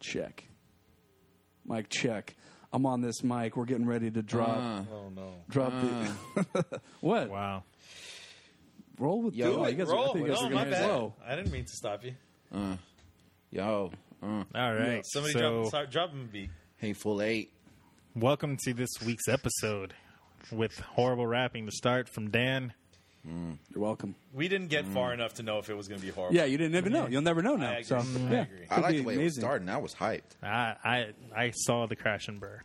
check. Mic check. I'm on this mic. We're getting ready to drop Oh no. drop uh-huh. the what? Wow. Roll with Do Yo, it. you guys roll. Are, I think you guys no, are my gonna bad. blow. I didn't mean to stop you. Yo, uh, All right. Somebody so, drop, start, drop him a beat. hateful eight. welcome to this week's episode with horrible rapping to start from Dan. You're welcome. We didn't get far enough to know if it was going to be horrible. Mm. Yeah, you didn't even know. You'll never know now. Mm-hmm. So I agree. I yeah, agree. could I like be the way it was amazing. starting. I was hyped. I I, I saw the crash and burn.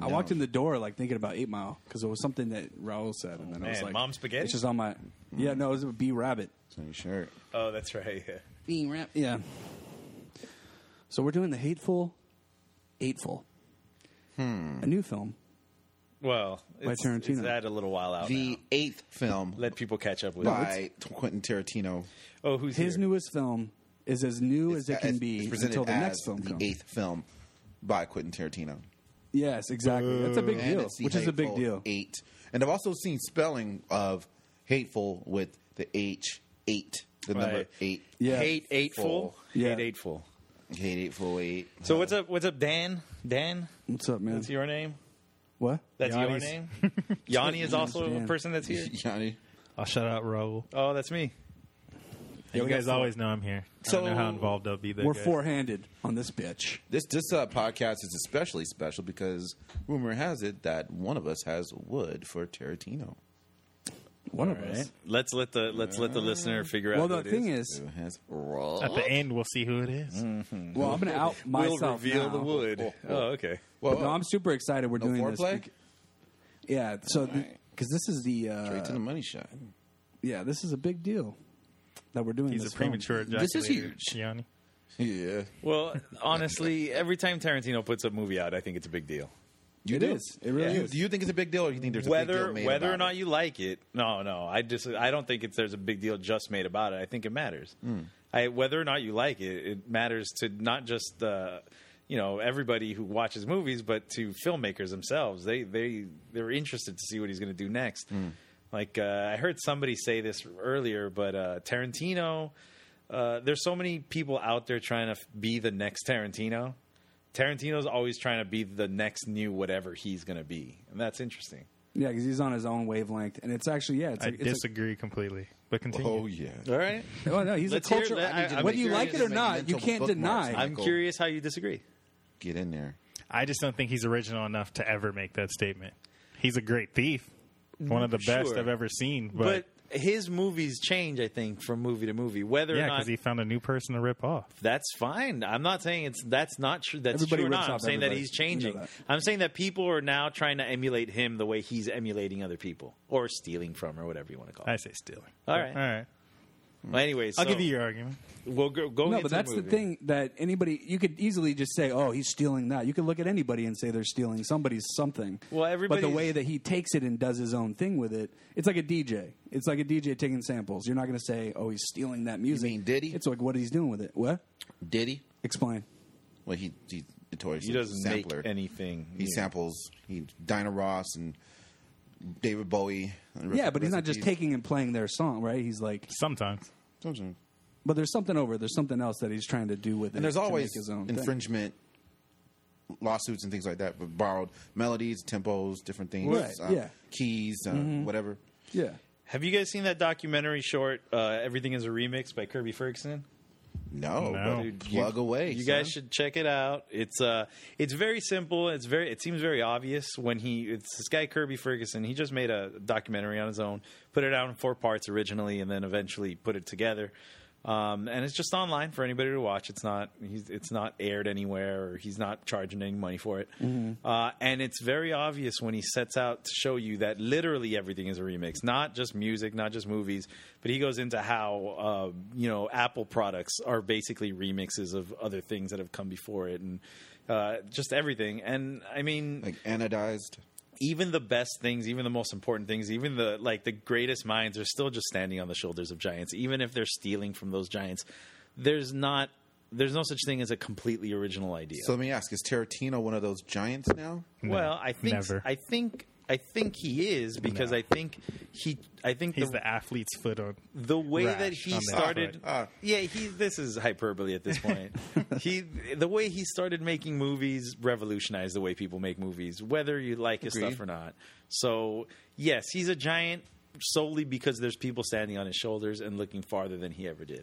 I walked in the door like thinking about Eight Mile because it was something that Raul said, and then I was Oh, man, like, Mom Spaghetti? Mm-hmm. It's just on my. Yeah, no, it was a B Rabbit. Same shirt. Oh, that's right. Yeah. Being rap. Yeah. So we're doing the hateful, eightful. Hmm. A new film. Well, it's, Tarantino. it's that a little while Oh, out. The now. eighth film Let people catch up with it. by Quentin Tarantino. Oh, who's His here? newest film is as new as it can It's- be it's presented until the as next film the comes. eighth film by Quentin Tarantino. Yes, exactly. That's a big And deal, it's the which is a big Hateful deal. Eight, and I've also seen spelling of hateful with the H eight, the number Right. eight. Yeah. Hate Eightful. Yeah. Hate Eightful. Hate hateful eight. So what's up? What's up, Dan? Dan, What's up, man? that's your name. What? That's Yanni's- your name. Yanni is also Dan. a person that's here. Yanni. I'll shout out Raul. Oh, that's me. you guys always know I'm here. I So- don't know how involved I'll be. That We're good. four-handed on this bitch. This this uh, podcast is especially special because rumor has it that one of us has wood for Tarantino. One of us. Let's let the let's let the listener figure out. Well, who the it thing is. is, Who has raw? At the end, we'll see who it is. well, I'm gonna out myself we'll reveal now. the wood. Oh, okay. Well, No, I'm super excited. We're no doing this. foreplay. bec- Yeah. So, because this is the Straight to uh, the money shot. yeah, this is a big deal that we're doing. He's a this film. premature ejaculator. This is huge. Gianni. Yeah, Well, honestly, every time Tarantino puts a movie out, I think it's a big deal. you It do? is. It really You- is. Do you think it's a big deal, or you think there's a big whether deal made whether about or not it? you like it, no, no. I just I don't think it's there's a big deal just made about it. I think it matters. Hmm. I whether or not you like it, it matters to not just uh, you know everybody who watches movies, but to filmmakers themselves. They they they're interested to see what he's going to do next. Hmm. Like uh, I heard somebody say this earlier, but uh, Tarantino. Uh, there's so many people out there trying to f- be the next Tarantino. Tarantino's always trying to be the next new whatever he's going to be, and that's interesting. Yeah, because he's on his own wavelength, and it's actually yeah. It's I a, it's disagree completely. But continue. Oh yeah. All right. A, oh no, he's Let's a hear it. culture. Let- I- I'm whether you like it curious. or not, you Mental can't bookmarks. deny. I'm Michael. curious how you disagree. Get in there. I just don't think he's original enough to ever make that statement. He's a great thief. One of the best Sure. I've ever seen. But, But, his movies change, I think, from movie to movie. Whether yeah, or because not he found a new person to rip off. that's fine. I'm not saying it's that's not true. That's Everybody true or rips not. I'm off saying that everybody. he's You changing. know that. I'm saying that people are now trying to emulate him the way he's emulating other people or stealing from or whatever you want to call I it. say stealing. All right. All right. Well, anyways, I'll so give you your argument. We'll go, go no, into but that's the, movie. thing that anybody you could easily just say, "Oh, he's stealing that." You could look at anybody and say they're stealing somebody's something. Well, but everybody's- the way that he takes it and does his own thing with it, it's like a DJ. It's like a DJ taking samples. You're not going to say, "Oh, he's stealing that music." mean Diddy? It's like what he's doing with it. What? Did he? Explain. Well, he he notoriously He doesn't sampler. make anything. He new. samples. He Dinah Ross and David Bowie. and yeah, rest- but he's not rest in just peace. taking and playing their song, right? He's like, Sometimes. Sometimes. but there's something over. it. There's something else that he's trying to do with it. And there's to make always his own thing. infringement lawsuits and things like that, but borrowed melodies, tempos, different things, Right, yeah. Mm-hmm. keys, uh, whatever. Yeah. Have you guys seen that documentary short? Uh, Everything is a remix by Kirby Ferguson. No, No. but Dude, plug away. You guys son. should check it out. It's uh, it's very simple. It's very. It seems very obvious when he. It's this guy Kirby Ferguson. He just made a documentary on his own, put it out in four parts originally, and then eventually put it together. Um, and it's just online for anybody to watch. It's not. He's, it's not aired anywhere, or he's not charging any money for it. Uh, and it's very obvious when he sets out to show you that literally everything is a remix, not just music, not just movies, but he goes into how uh, you know Apple products are basically remixes of other things that have come before it, and uh, just everything. And I mean, like anodized. even the best things, even the most important things, even the like the greatest minds are still just standing on the shoulders of giants, even if they're stealing from those giants. There's not. There's no such thing as a completely original idea. So let me ask: Is Tarantino one of those giants now? Well, I think never. I think I I think he is because I think he. I think He's the, athlete's foot on. the way Rash that he on the started foot. Ah. yeah he this is hyperbole at this point he the way he started making movies revolutionized the way people make movies whether you like his stuff Agreed. or not so yes he's a giant solely because there's people standing on his shoulders and looking farther than he ever did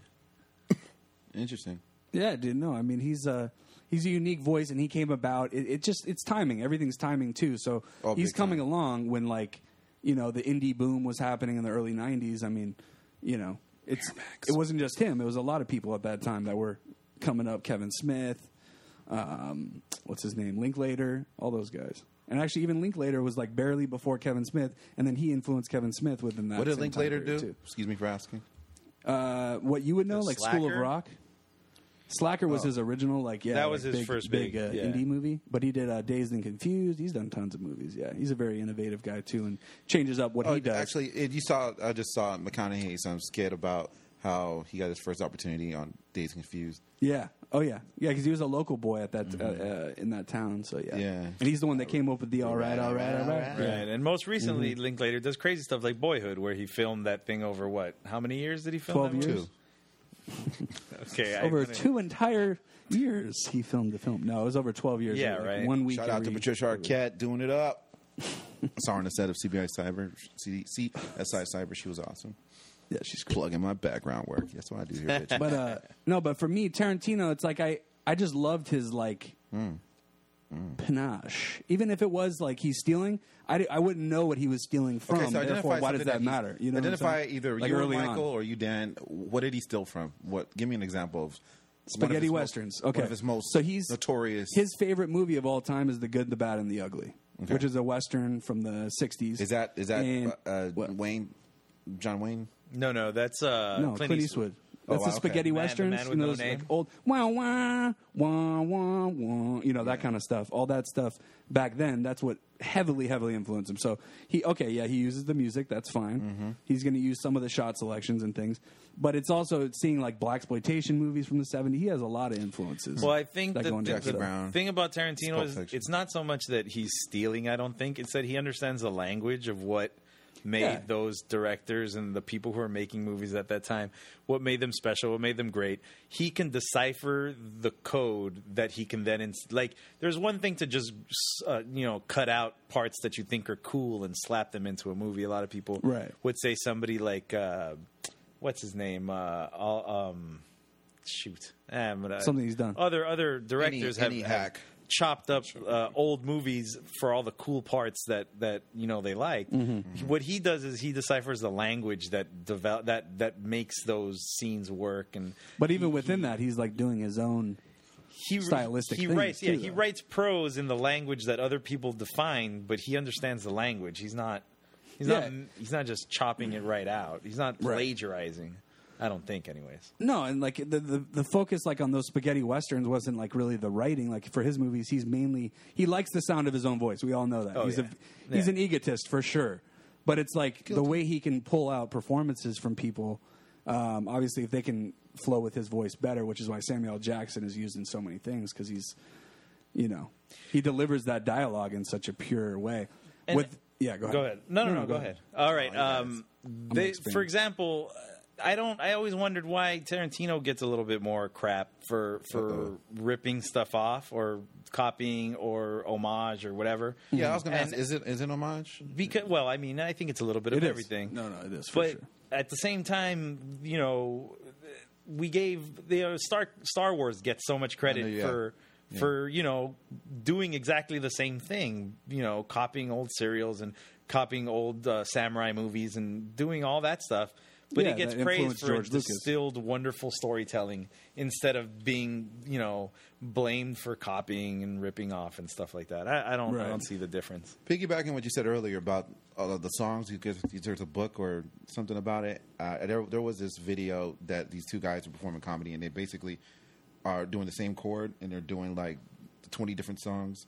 Interesting. Yeah, dude. No, I mean he's a he's a unique voice, and he came about. It, it just it's timing. Everything's timing too. So Oh, big he's coming time. along when like you know the indie boom was happening in the early '90s. I mean, you know, it's it wasn't just him. It was a lot of people at that time that were coming up. Kevin Smith, um, what's his name, Linklater, all those guys. And actually, even Linklater was like barely before Kevin Smith, and then he influenced Kevin Smith within that. What did same time Linklater do? period, too. Excuse me for asking. Uh, what you would know, The like School of Slacker? Oh. Rock. Slacker was his original, like yeah, That was like, his big- first big, uh, yeah. indie movie. But he did uh, Dazed and Confused. He's done tons of movies. Yeah, he's a very innovative guy too, and changes up what Oh, he does. Actually, it, you saw. I just saw McConaughey. Some skit about how he got his first opportunity on Days Confused. yeah. Oh yeah, yeah, because he was a local boy at that uh, uh, in that town. So yeah, Mm-hmm. Yeah. and he's the one that came up with the all right, all right, all right. Right. right and most recently Mm-hmm. linklater does crazy stuff like boyhood where he filmed that thing over what how many years did he film 12 that movie? years. Two. okay I- Over two entire years, he filmed the film. No, it was over twelve years. Yeah, like, right. One week. Shout out to every- Patricia Arquette doing it up. saw her on the set of CBI Cyber, C, CSI Cyber. She was awesome. Yeah, she's cool. Plugging my background work. That's what I do here. Bitch. but uh no but for me tarantino it's like i i just loved his like Hmm. panache even if it was like he's stealing I, di- I wouldn't know what he was stealing from therefore why does something that, he- matter you know what I'm identify saying? either Like, you or early on. Michael or you Dan. What did he steal from? What? Give me an example of one of spaghetti his westerns Most, okay one of his most so he's notorious. his favorite movie of all time is the good the bad and the ugly Okay. which is a western from the 60s is that is that And- uh, uh, what? Wayne, John Wayne? no no that's uh no, Clint, Eastwood. That's Oh, the wow, okay. spaghetti Man, the westerns, man with you know, no those, like name. old wah wah wah wah wah, you know that kind of stuff. All that stuff back then. That's what heavily, heavily influenced him. So he, okay, yeah, he uses the music. That's fine. Mm-hmm. He's going to use some of the shot selections and things, but it's also seeing like black exploitation movies from the '70s. He has a lot of influences. Well, I think that that go into the, that Jackie the stuff. Brown. thing about Tarantino Pulp is Fiction. it's not so much that he's stealing. I don't think it's that he understands the language of what made Yeah. those directors and the people who are making movies at that time what made them special what made them great he can decipher the code that he can then ins- like there's one thing to just uh, you know cut out parts that you think are cool and slap them into a movie a lot of people Right. would say somebody like uh, what's his name uh, all, um shoot Eh, I'm gonna- Something he's done. other other directors have, any have hack. chopped up uh, old movies for all the cool parts that that you know they like. Mm-hmm. What he does is he deciphers the language that develop that that makes those scenes work and But even within that, he's like doing his own. he Stylistic He things, writes yeah too, he though. writes prose in the language that other people define, but he understands the language. He's not he's not Yeah. he's not just chopping it right out. He's not Right. plagiarizing. I don't think, anyways. No, and like the, the the focus like on those spaghetti westerns wasn't like really the writing. Like for his movies, he's mainly he likes the sound of his own voice. We all know that Oh, he's yeah. a he's Yeah. an egotist for sure. But it's like the way he can pull out performances from people. Um, obviously, if they can flow with his voice better, which is why Samuel L. Jackson is used in so many things because he's you know he delivers that dialogue in such a pure way. And- with yeah, go ahead. Go ahead. No, no, no. go, ahead. All right. Um, they, expand. for example, I don't. I always wondered why Tarantino gets a little bit more crap for for ripping stuff off or copying or homage or whatever. Yeah, I was going to And- ask. Is it is it homage? Because well, I mean, I think it's a little bit It of is. everything. No, no, it is for but sure. at the same time, you know, we gave the uh, Star Star Wars gets so much credit I know, yeah. for for you know doing exactly the same thing, you know, copying old serials and copying old uh, samurai movies and doing all that stuff. But Yeah, it gets that praised influenced for George Lucas. distilled, wonderful storytelling instead of being, you know, blamed for copying and ripping off and stuff like that. I, I don't, Right. I don't see the difference. Piggybacking what you said earlier about uh, the songs, you guys, there's a book or something about it. Uh, there, there was this video that these two guys are performing comedy, and they basically are doing the same chord, and they're doing like 20 different songs.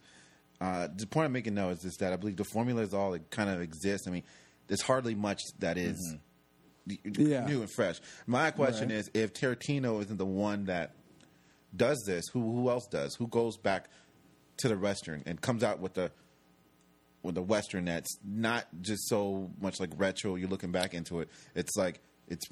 Uh, the point I'm making now is just that I believe the formula is all that kind of exists. I mean, there's hardly much that is Mm-hmm. Yeah. new and fresh. My question Right. is, if Tarantino isn't the one that does this, who who else does? Who goes back to the Western and comes out with the with the western that's not just so much like retro. You're looking back into it. It's like it's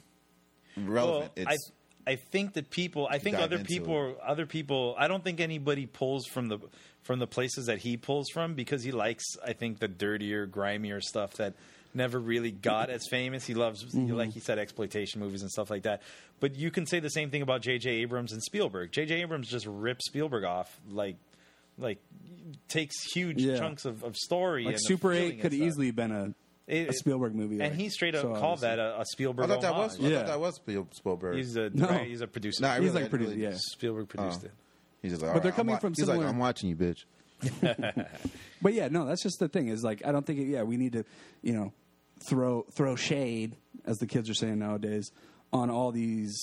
relevant. Well, it's I, I think that people. I think Dive other into people. Other people. I don't think anybody pulls from the from the places that he pulls from because he likes. I think the dirtier, grimier stuff that never really got as famous. He loves, like he said, exploitation movies and stuff like that. But you can say the same thing about J.J. Abrams and Spielberg. J.J. Abrams just ripped Spielberg off like. Like takes huge Yeah. chunks of, of story. Like and of Super feeling Eight and could stuff. easily been a, It- a Spielberg movie, and like, he straight up so called obviously. that a, a Spielberg. I thought that was homage. I Yeah. thought that was Spiel- Spielberg. He's a No. right, he's a producer. No, I He's really- like pretty, really- Oh. yeah. Spielberg produced it. He's just like, But they're "Alright, I'm coming wa-" from he's similar- like, I'm watching you, bitch. But yeah, no, that's just the thing. Is like I don't think. It, yeah, we need to, you know, throw throw shade, as the kids are saying nowadays, on all these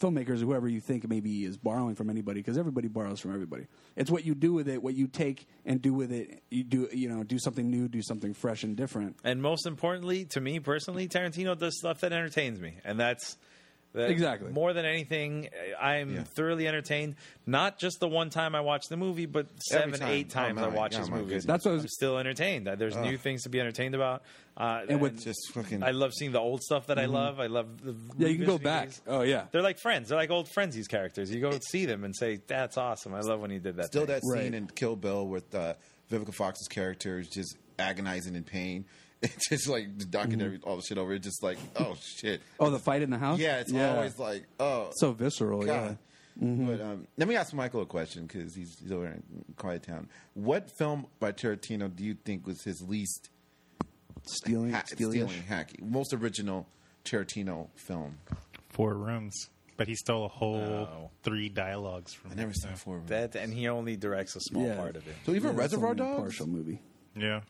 filmmakers, or whoever you think maybe is borrowing from anybody, because everybody borrows from everybody. It's what you do with it, what you take and do with it. You do, you know, do something new, do something fresh and different. And most importantly, to me personally, Tarantino does stuff that entertains me, and that's that- Exactly. more than anything. I'm Yeah. thoroughly entertained. Not just the one time I watched the movie, but seven, time. eight Oh, times my- I watch oh, his my movies. goodness. That's what I was- I'm still entertained. Uh, There's new things to be entertained about. Uh, And with- Just Mm-hmm. fucking. I love seeing the old stuff that I love. I love the Yeah, you can go revisiting back. these. Oh yeah, They're like friends. They're like old friends. These characters. You go see them and say, "That's awesome. I love when he did that." Still thing." that scene Right. in Kill Bill with uh, Vivica Fox's character is just agonizing in pain. It's just like the documentary, all the shit over. It's just like, oh shit. Mm-hmm. Oh, the fight in the house. Yeah, it's always like, oh so visceral. God. Mm-hmm. But um, let me ask Michael a question because he's, he's over in Quiet Town. What film by Tarantino do you think was his least Yeah, stealing, ha- stealing. stealing hacky, most original Tarantino film? Four rooms, but he stole a whole No. three dialogues from. I never saw four. of them. That and he only directs a small Yeah. part of it. So even Yeah, that's Reservoir only a Dogs, partial movie. Yeah,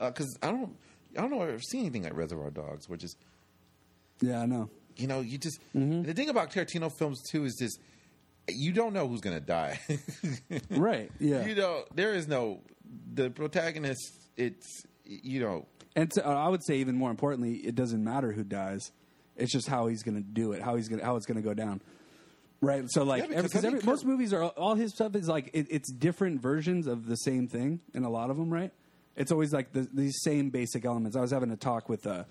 because I don't, I don't know. if I've seen anything like Reservoir Dogs, where just Yeah, I know. you know, you just Mm-hmm. the thing about Tarantino films too is just you don't know who's gonna die. Right. Yeah. You know, there is no the protagonist. It's you know, And to, uh, I would say even more importantly, it doesn't matter who dies. It's just how he's going to do it, how he's going, how it's going to go down. Right. So like, every, Yeah, because cause I every, think most Kurt- movies are all his stuff is like it, it's different versions of the same thing in a lot of them. Right. It's always like the, these same basic elements. I was having a talk with a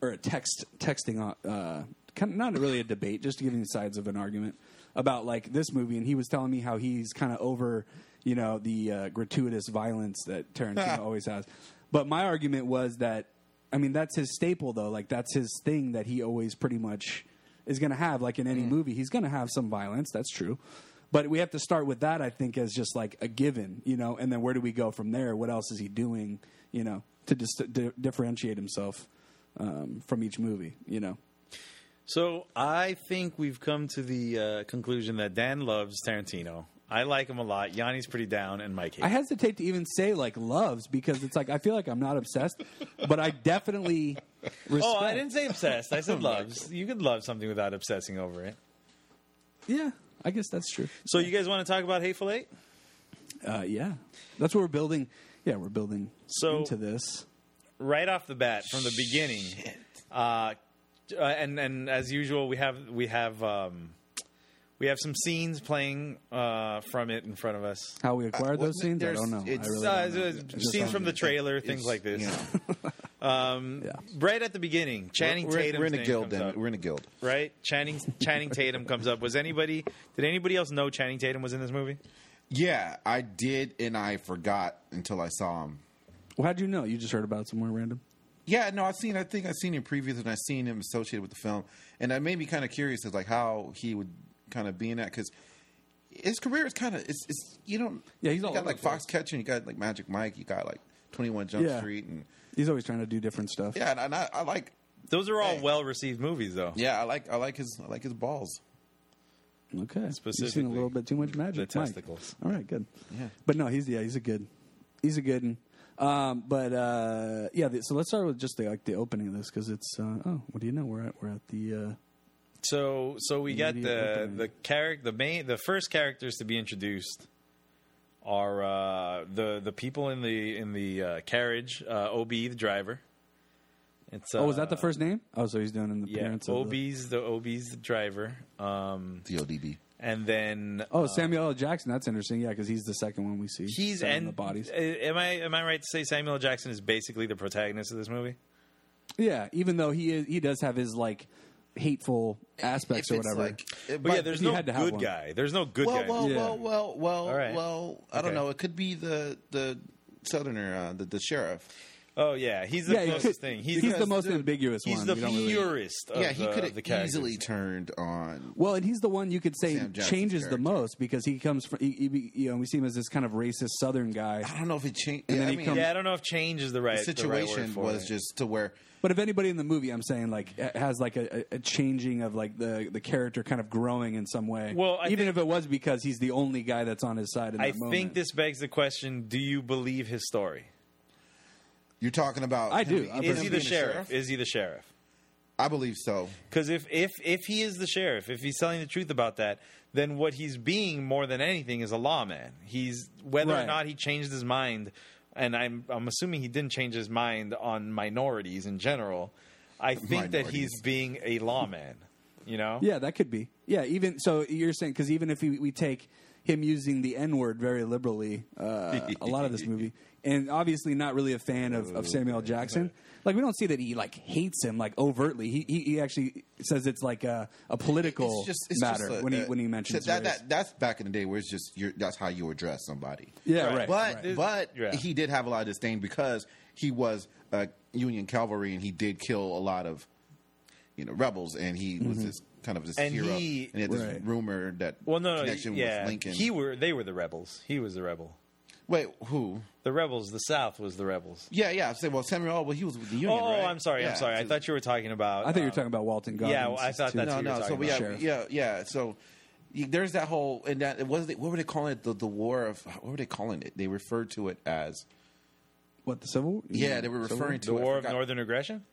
or a text texting uh, kind of not really a debate, just giving the sides of an argument about like this movie, and he was telling me how he's kind of over you know the uh, gratuitous violence that Tarantino always has. But my argument was that I mean that's his staple though, like that's his thing that he always pretty much is going to have. Like in any Mm. movie, he's going to have some violence. That's true. But we have to start with that, I think, as just like a given, you know. And then where do we go from there? What else is he doing, you know, to dis- di- differentiate himself um, from each movie, you know? So I think we've come to the uh, conclusion that Dan loves Tarantino. I like him a lot. Yanni's pretty down, and Mike. I Hates. hesitate to even say like loves because it's like I feel like I'm not obsessed, but I definitely respect. Oh, Oh, I didn't say obsessed. I said loves. You could love something without obsessing over it. Yeah, I guess that's true. So you guys want to talk about Hateful Eight? Uh, yeah, that's what we're building. Yeah, we're building So- into this. right off the bat from the beginning. Uh, uh, and and as usual, we have we have um, we have some scenes playing uh, from it in front of us. How we acquired Uh, well, those scenes, I there's- don't know. I it's, really Uh, don't know. uh, I just scenes don't from the know. trailer, things it's- like this. you know, Yeah. Right at the beginning, Channing we're, Tatum. we're in a guild. Then we're in a guild. right? Channing Channing Tatum comes up. Was anybody? Did anybody else know Channing Tatum was in this movie? Yeah, I did, and I forgot until I saw him. Well, how'd you know? You just heard about it somewhere random. Yeah, no, I've seen. I think I've seen him previews, and I've seen him associated with the film, and that made me kind of curious as like how he would kind of be in that because his career is kind of it's, it's you don't Yeah, he's you all got over like the place. Foxcatcher, and you got like Magic Mike, you got like Twenty One Jump Yeah. Street, and He's always trying to do different stuff. yeah, and, and I, I like Those are all Hey. well received movies, though. yeah, I like I like his I like his balls. Okay. You've seen a Specifically, little bit too much magic. the Mike. testicles. All right, good. Yeah. But no, he's yeah, he's a good, he's a good. un. Um, but uh, yeah, the, so let's start with just the like the opening of this because it's uh, oh, what do you know? We're at we're at the uh, So so we got Immediate the opening. the character the main the first characters to be introduced are uh, the the people in the in the uh, carriage. Uh, Ob the driver. It's uh, oh, was that the first name? Oh, so he's doing an Yeah, appearance. of the- Ob's the Ob's the driver. Um, The ODB. and then Oh, Samuel L. Jackson. That's interesting. Yeah, because he's the second one we see. uh, he's Seven of and uh, the bodies. Am I am I right to say Samuel L. Jackson is basically the protagonist of this movie? Yeah, even though he is, he does have his like hateful aspects or it's whatever. like- it But yeah, might- there's he no had to have good one. guy. There's no good well, guy. well, Yeah. well, well, well, All right. well. I don't Okay. know. It could be the the southerner, uh, the the sheriff. oh yeah, he's the yeah, he closest could- thing. He's, He's, the most ambiguous he's one. the We don't really- purest. Of yeah, he the- could of the have characters. easily turned on. well, and he's the one you could say Sam Jackson's changes the character. most because he comes from. He, he- you know, we see him as this kind of racist Southern guy. I don't know if it changed. And then I he mean, comes- Yeah, I don't know if change is the right the the right word situation for was it. just to where But if anybody in the movie, I'm saying like ha- has like a, a- a changing of like the the character kind of growing in some way. Well, I even if think- it was because he's the only guy that's on his side. In that I moment. think this begs the question: Do you believe his story? you're talking about. I him do. being- I him Is he the being a sheriff? Is he the sheriff? I believe so. Because if if if he is the sheriff, if he's telling the truth about that, then what he's being more than anything is a lawman. He's whether or Right. not he changed his mind, and I'm I'm assuming he didn't change his mind on minorities in general. I think that he's Minorities. being a lawman. You know? Yeah, that could be. Yeah, even so, you're saying because even if we, we take him using the N word very liberally, uh, a lot of this movie, and obviously not really a fan of, of Samuel L. Jackson. Like we don't see that he like hates him like overtly. He he, he actually says it's like a, a political matter a- when he a- when he mentions that, race. that. That's back in the day where it's just you're, that's how you address somebody. yeah, Right. right. But right. but Yeah. he did have a lot of disdain because he was a Union cavalry and he did kill a lot of you know rebels and he was this kind of this And hero he- and he had this Mm-hmm. Right. rumor that Well, no, no, connection yeah, with Lincoln. he were they were the rebels. He was the rebel. Wait, who? The rebels. The South was the rebels. Yeah, yeah. I say, well, Samuel. Well, he was with the Union. Oh, oh, right? I'm sorry. Yeah, I'm sorry. I so- thought you were talking about. I thought you were uh, talking about Walton Goggins. Yeah, well, I thought too. that's no, who you were no. So talking we about. have, yeah, yeah. So you, there's that whole and that it was what were they calling it? The the war of what were they calling it? They referred to it as what the Civil War. yeah. They were Civil referring the to it. I War of forgot. Northern Aggression.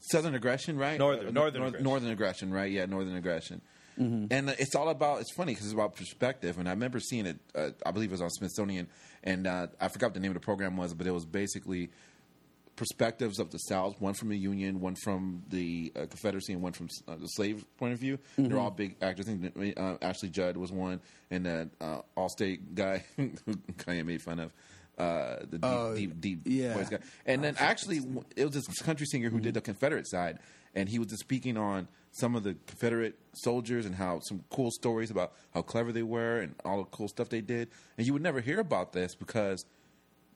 Southern aggression, right? Northern- Uh, northern nor- aggression. northern aggression, right? Yeah, northern aggression. And uh, it's all about. It's funny because it's about perspective. And I remember seeing it. Uh, I believe it was on Smithsonian, and uh, I forgot what the name of the program was, but it was basically perspectives of the South. One from the Union, one from the uh, Confederacy, and one from uh, the slave point of view. They're all big actors. I think uh, Ashley Judd was one, and that uh, Allstate guy who Kanye made fun of. Uh, the deep, Oh, deep, deep yeah. voice guy. And then actually, w- it was this country singer who did the Confederate side, and he was just speaking on some of the Confederate soldiers and how some cool stories about how clever they were and all the cool stuff they did. And you would never hear about this because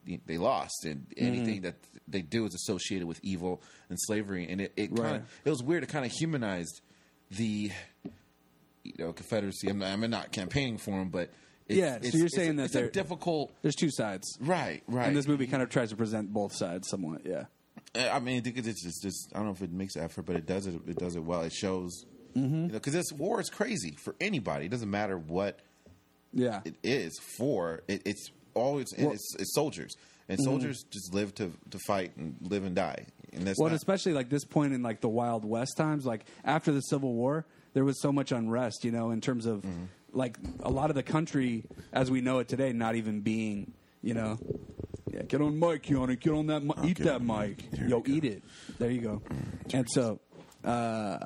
y- they lost, and Mm. anything that they do is associated with evil and slavery. And it, it kind Right. of it was weird. It kind of humanized the you know Confederacy. I'm not, I'm not campaigning for them, but. It's, Yeah, so you're saying it's, that it's a they're- difficult, There's two sides, right? Right. and this movie kind of tries to present both sides somewhat. Yeah. Uh, I mean, I think it's just, just I don't know if it makes effort, but it does it. It does it well. It shows, Mm-hmm. you know, because this war is crazy for anybody. It doesn't matter what Yeah. it is for. It, it's always and it's, it's soldiers, Mm-hmm. and soldiers just live to to fight and live and die. And that's Well, and not, especially like this point in like the Wild West times, like after the Civil War, there was so much unrest, you know, in terms of Mm-hmm. like a lot of the country as we know it today, not even being, you know, yeah, get on mic, Keanu, get on that, mi- eat that mic, yo, eat it. There you go. Mm-hmm. And so, uh,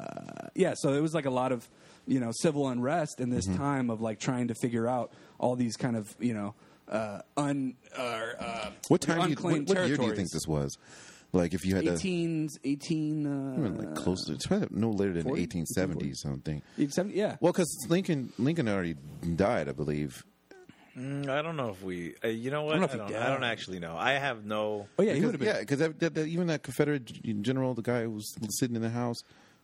yeah, so it was like a lot of you know civil unrest in Mm-hmm. this time of like trying to figure out all these kind of you know. Uh, un, uh, uh, what time? Do you, unclaimed what, what year do you territories. think this was? Like, if you had to 18, 18 uh, like close to try to- no later than 40? eighteen seventy something. Except, yeah. Well, because Lincoln Lincoln already died, I believe. Mm, I don't know if we. Uh, you know what? I know don't, if he I, died. don't, actually know. I have no. oh yeah, he would have because, been. yeah, because that, that, that- even that Confederate g- general, the guy who was sitting in the house,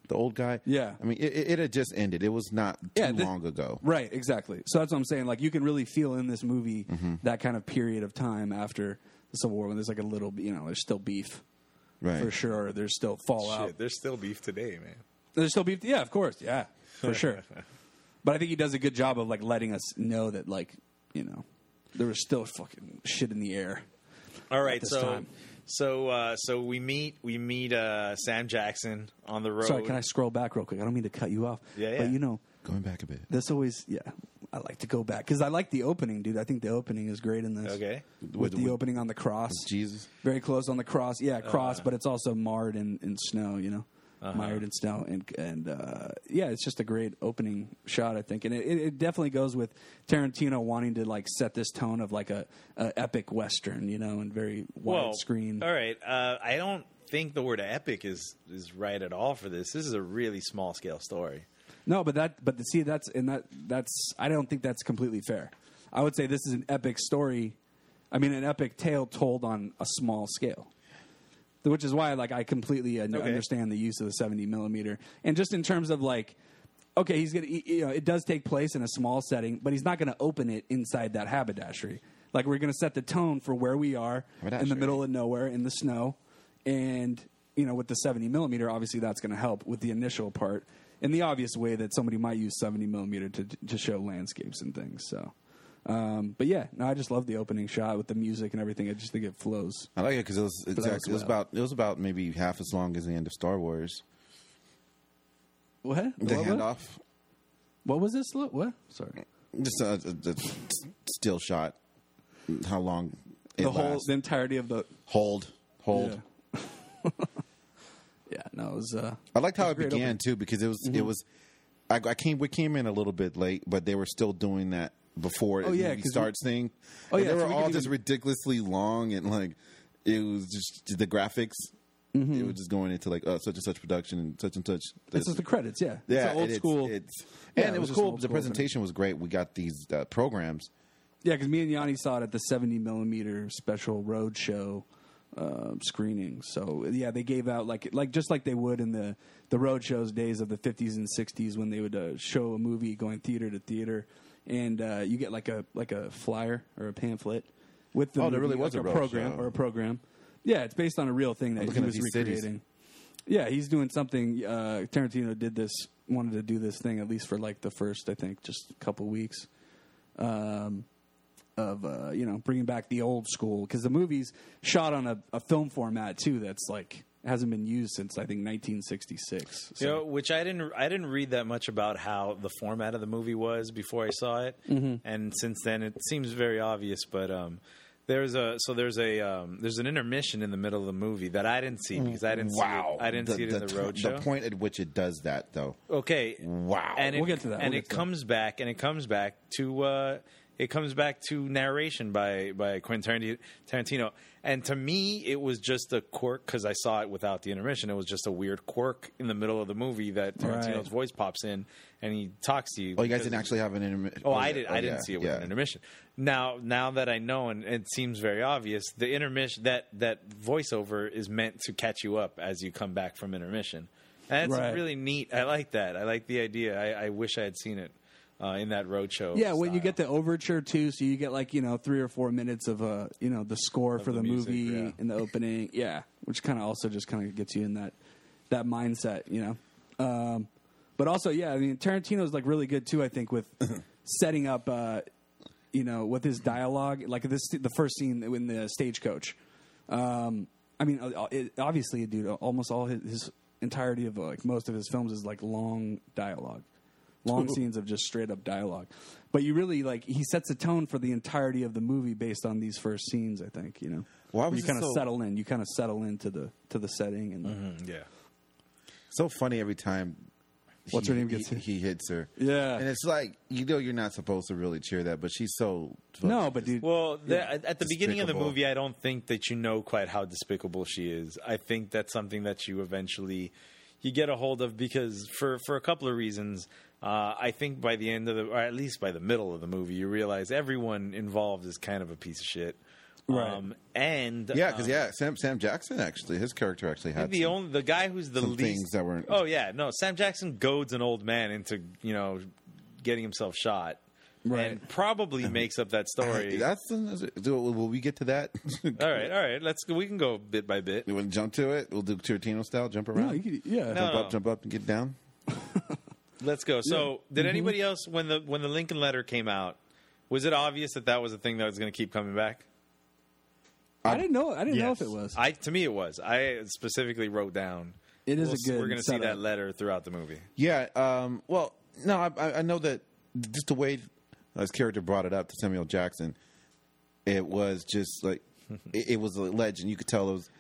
the old guy. Yeah. I mean, it, it it had just ended. It was not too Yeah, the- long ago. Right, exactly. So that's what I'm saying. Like you can really feel in this movie Mm-hmm. that kind of period of time after the Civil War when there's like a little, you know, there's still beef Right. for sure. There's still fallout. Shit, there's still beef today, man. There's still beef. Yeah, of course. Yeah, for sure. But I think he does a good job of like letting us know that like you know there was still fucking shit in the air. All right, this so time. so uh, so we meet we meet uh, Sam Jackson on the road. Sorry, can I scroll back real quick? I don't mean to cut you off. Yeah, yeah. But you know, Going back a bit. this always yeah. I like to go back because I like the opening, dude. I think the opening is great in this. Okay. with Uh, the opening on the cross. Jesus. Very close on the cross. Yeah, cross, but it's also marred in, in snow, you know? mired in snow, and and uh, yeah, it's just a great opening shot, I think, and it, it it definitely goes with Tarantino wanting to like set this tone of like a, a epic western, you know, and very wide Well, screen. All right, uh, I don't think the word epic is is right at all for this. This is a really small scale story. No, but that but the, see that's and that that's I don't think that's completely fair. I would say this is an epic story. I mean, an epic tale told on a small scale, which is why like I completely un- Okay. understand the use of the seventy millimeter. And just in terms of like, okay, he's gonna you know it does take place in a small setting, but he's not gonna open it inside that haberdashery. Like we're gonna set the tone for where we are in the Haberdashery. middle of nowhere in the snow, and you know with the 70 millimeter, obviously that's going to help with the initial part in the obvious way that somebody might use 70 millimeter to to show landscapes and things. So, um, but yeah, no, I just love the opening shot with the music and everything. I just think it flows. I like it because it was that was exactly it was wild. about it was about maybe half as long as the end of Star Wars. What? The what, what? handoff, What was this? Look, what? Sorry, just a, a- a still shot. How long? It the whole lasts. the entirety of the hold hold. Yeah. yeah, no, it was. Uh, I liked how was it a great Mm-hmm. began too because it was it was I, I came we came in a little bit late, but they were still doing that before Oh, it yeah, movie 'cause we- starts thing. Oh, And yeah, they so were we all could just even- ridiculously long and like it was just the graphics. Mm-hmm. It was just going into like uh, such and such production and such and such. it's just the credits, yeah. yeah, it's an old and it's- school. It's, Yeah, and it it was was, just an cool. old The school thing. presentation was great. We got these uh, programs. Yeah, because me and Yanni saw it at the 70 millimeter special road show um, screening. So yeah, they gave out like like just like they would in the the road shows days of the 50s and 60s when they would uh, show a movie going theater to theater, and uh, you get like a like a flyer or a pamphlet with the Oh, there movie, really was like a road program show. or a program. Yeah, it's based on a real thing that he looking at was these cities. recreating. Yeah, he's doing something. Uh, Tarantino did this, wanted to do this thing at least for like the first, I think, just a couple weeks um, of uh, you know bringing back the old school because the movie's shot on a, a film format too that's like hasn't been used since I think 1966. So You know, which I didn't I didn't read that much about how the format of the movie was before I saw it, Mm-hmm. and since then it seems very obvious. But um, there's a so there's a um, there's an intermission in the middle of the movie that I didn't see because I didn't Wow, see it, I didn't see it in the t- road show. The point at which it does that, though. okay, Wow. and it, We'll get to that. And We'll get to it that. comes back, and it comes back to uh, it comes back to narration by by Quentin Tarant- Tarantino. And to me, it was just a quirk because I saw it without the intermission. It was just a weird quirk in the middle of the movie that Tarantino's Right. voice pops in and he talks to you. oh, you guys because- didn't actually have an intermission. Oh, I did. I didn't see it with an intermission. Now, now that I know, and it seems very obvious, the intermission that that voiceover is meant to catch you up as you come back from intermission. And it's Right. really neat. I like that. I like the idea. I, I wish I had seen it uh, in that roadshow. yeah, when you style. get the overture too, so you get like you know three or four minutes of uh you know the score for the the, music, movie yeah. in the opening, yeah, which kind of also just kind of gets you in that that mindset, you know. Um, but also, yeah, I mean Tarantino's like really good too. I think with setting up, uh, you know, with his dialogue, like this the first scene in the stagecoach. Um, I mean, uh, it, obviously, dude, almost all his, his entirety of like most of his films is like long dialogue, long scenes of just straight up dialogue. But you really like he sets a tone for the entirety of the movie based on these first scenes. I think you know. Why Where was you it kind of so- settle in? You kind of settle into the to the setting and Mm, yeah. So funny every time. What's he, her name gets he, hit? he hits her. Yeah. and it's like you know you're not supposed to really cheer that, but she's so no, but dude, Well, the, at at the beginning of the Despicable. movie, I don't think that you know quite how despicable she is. I think that's something that you eventually you get a hold of because for for a couple of reasons. Uh, I think by the end of the, or at least by the middle of the movie, you realize everyone involved is kind of a piece of shit. Um, Right. and yeah, uh, because um, yeah, Sam Sam Jackson actually his character actually had the some- only the guy who's the some least things that weren't- Oh yeah, no. Sam Jackson goads an old man into you know getting himself shot, Right. and probably makes up that story. That's do, will we get to that? all right, all right. Let's we can go bit by bit. you want to jump to it? We'll do Tarantino style, jump around, no, you could, yeah, No. jump up, jump up, and get down. Let's go. So, did Mm-hmm. anybody else when the when the Lincoln letter came out, was it obvious that that was a thing that was going to keep coming back? I didn't know. I didn't know if Yes. it was. I to me it was. I specifically wrote down. It is a s- good We're going to see that setup. letter throughout the movie. Yeah. Um, well, no, I- I, I know that just the way uh, his character brought it up to Samuel Jackson, it was just like it, it was a legend. You could tell it was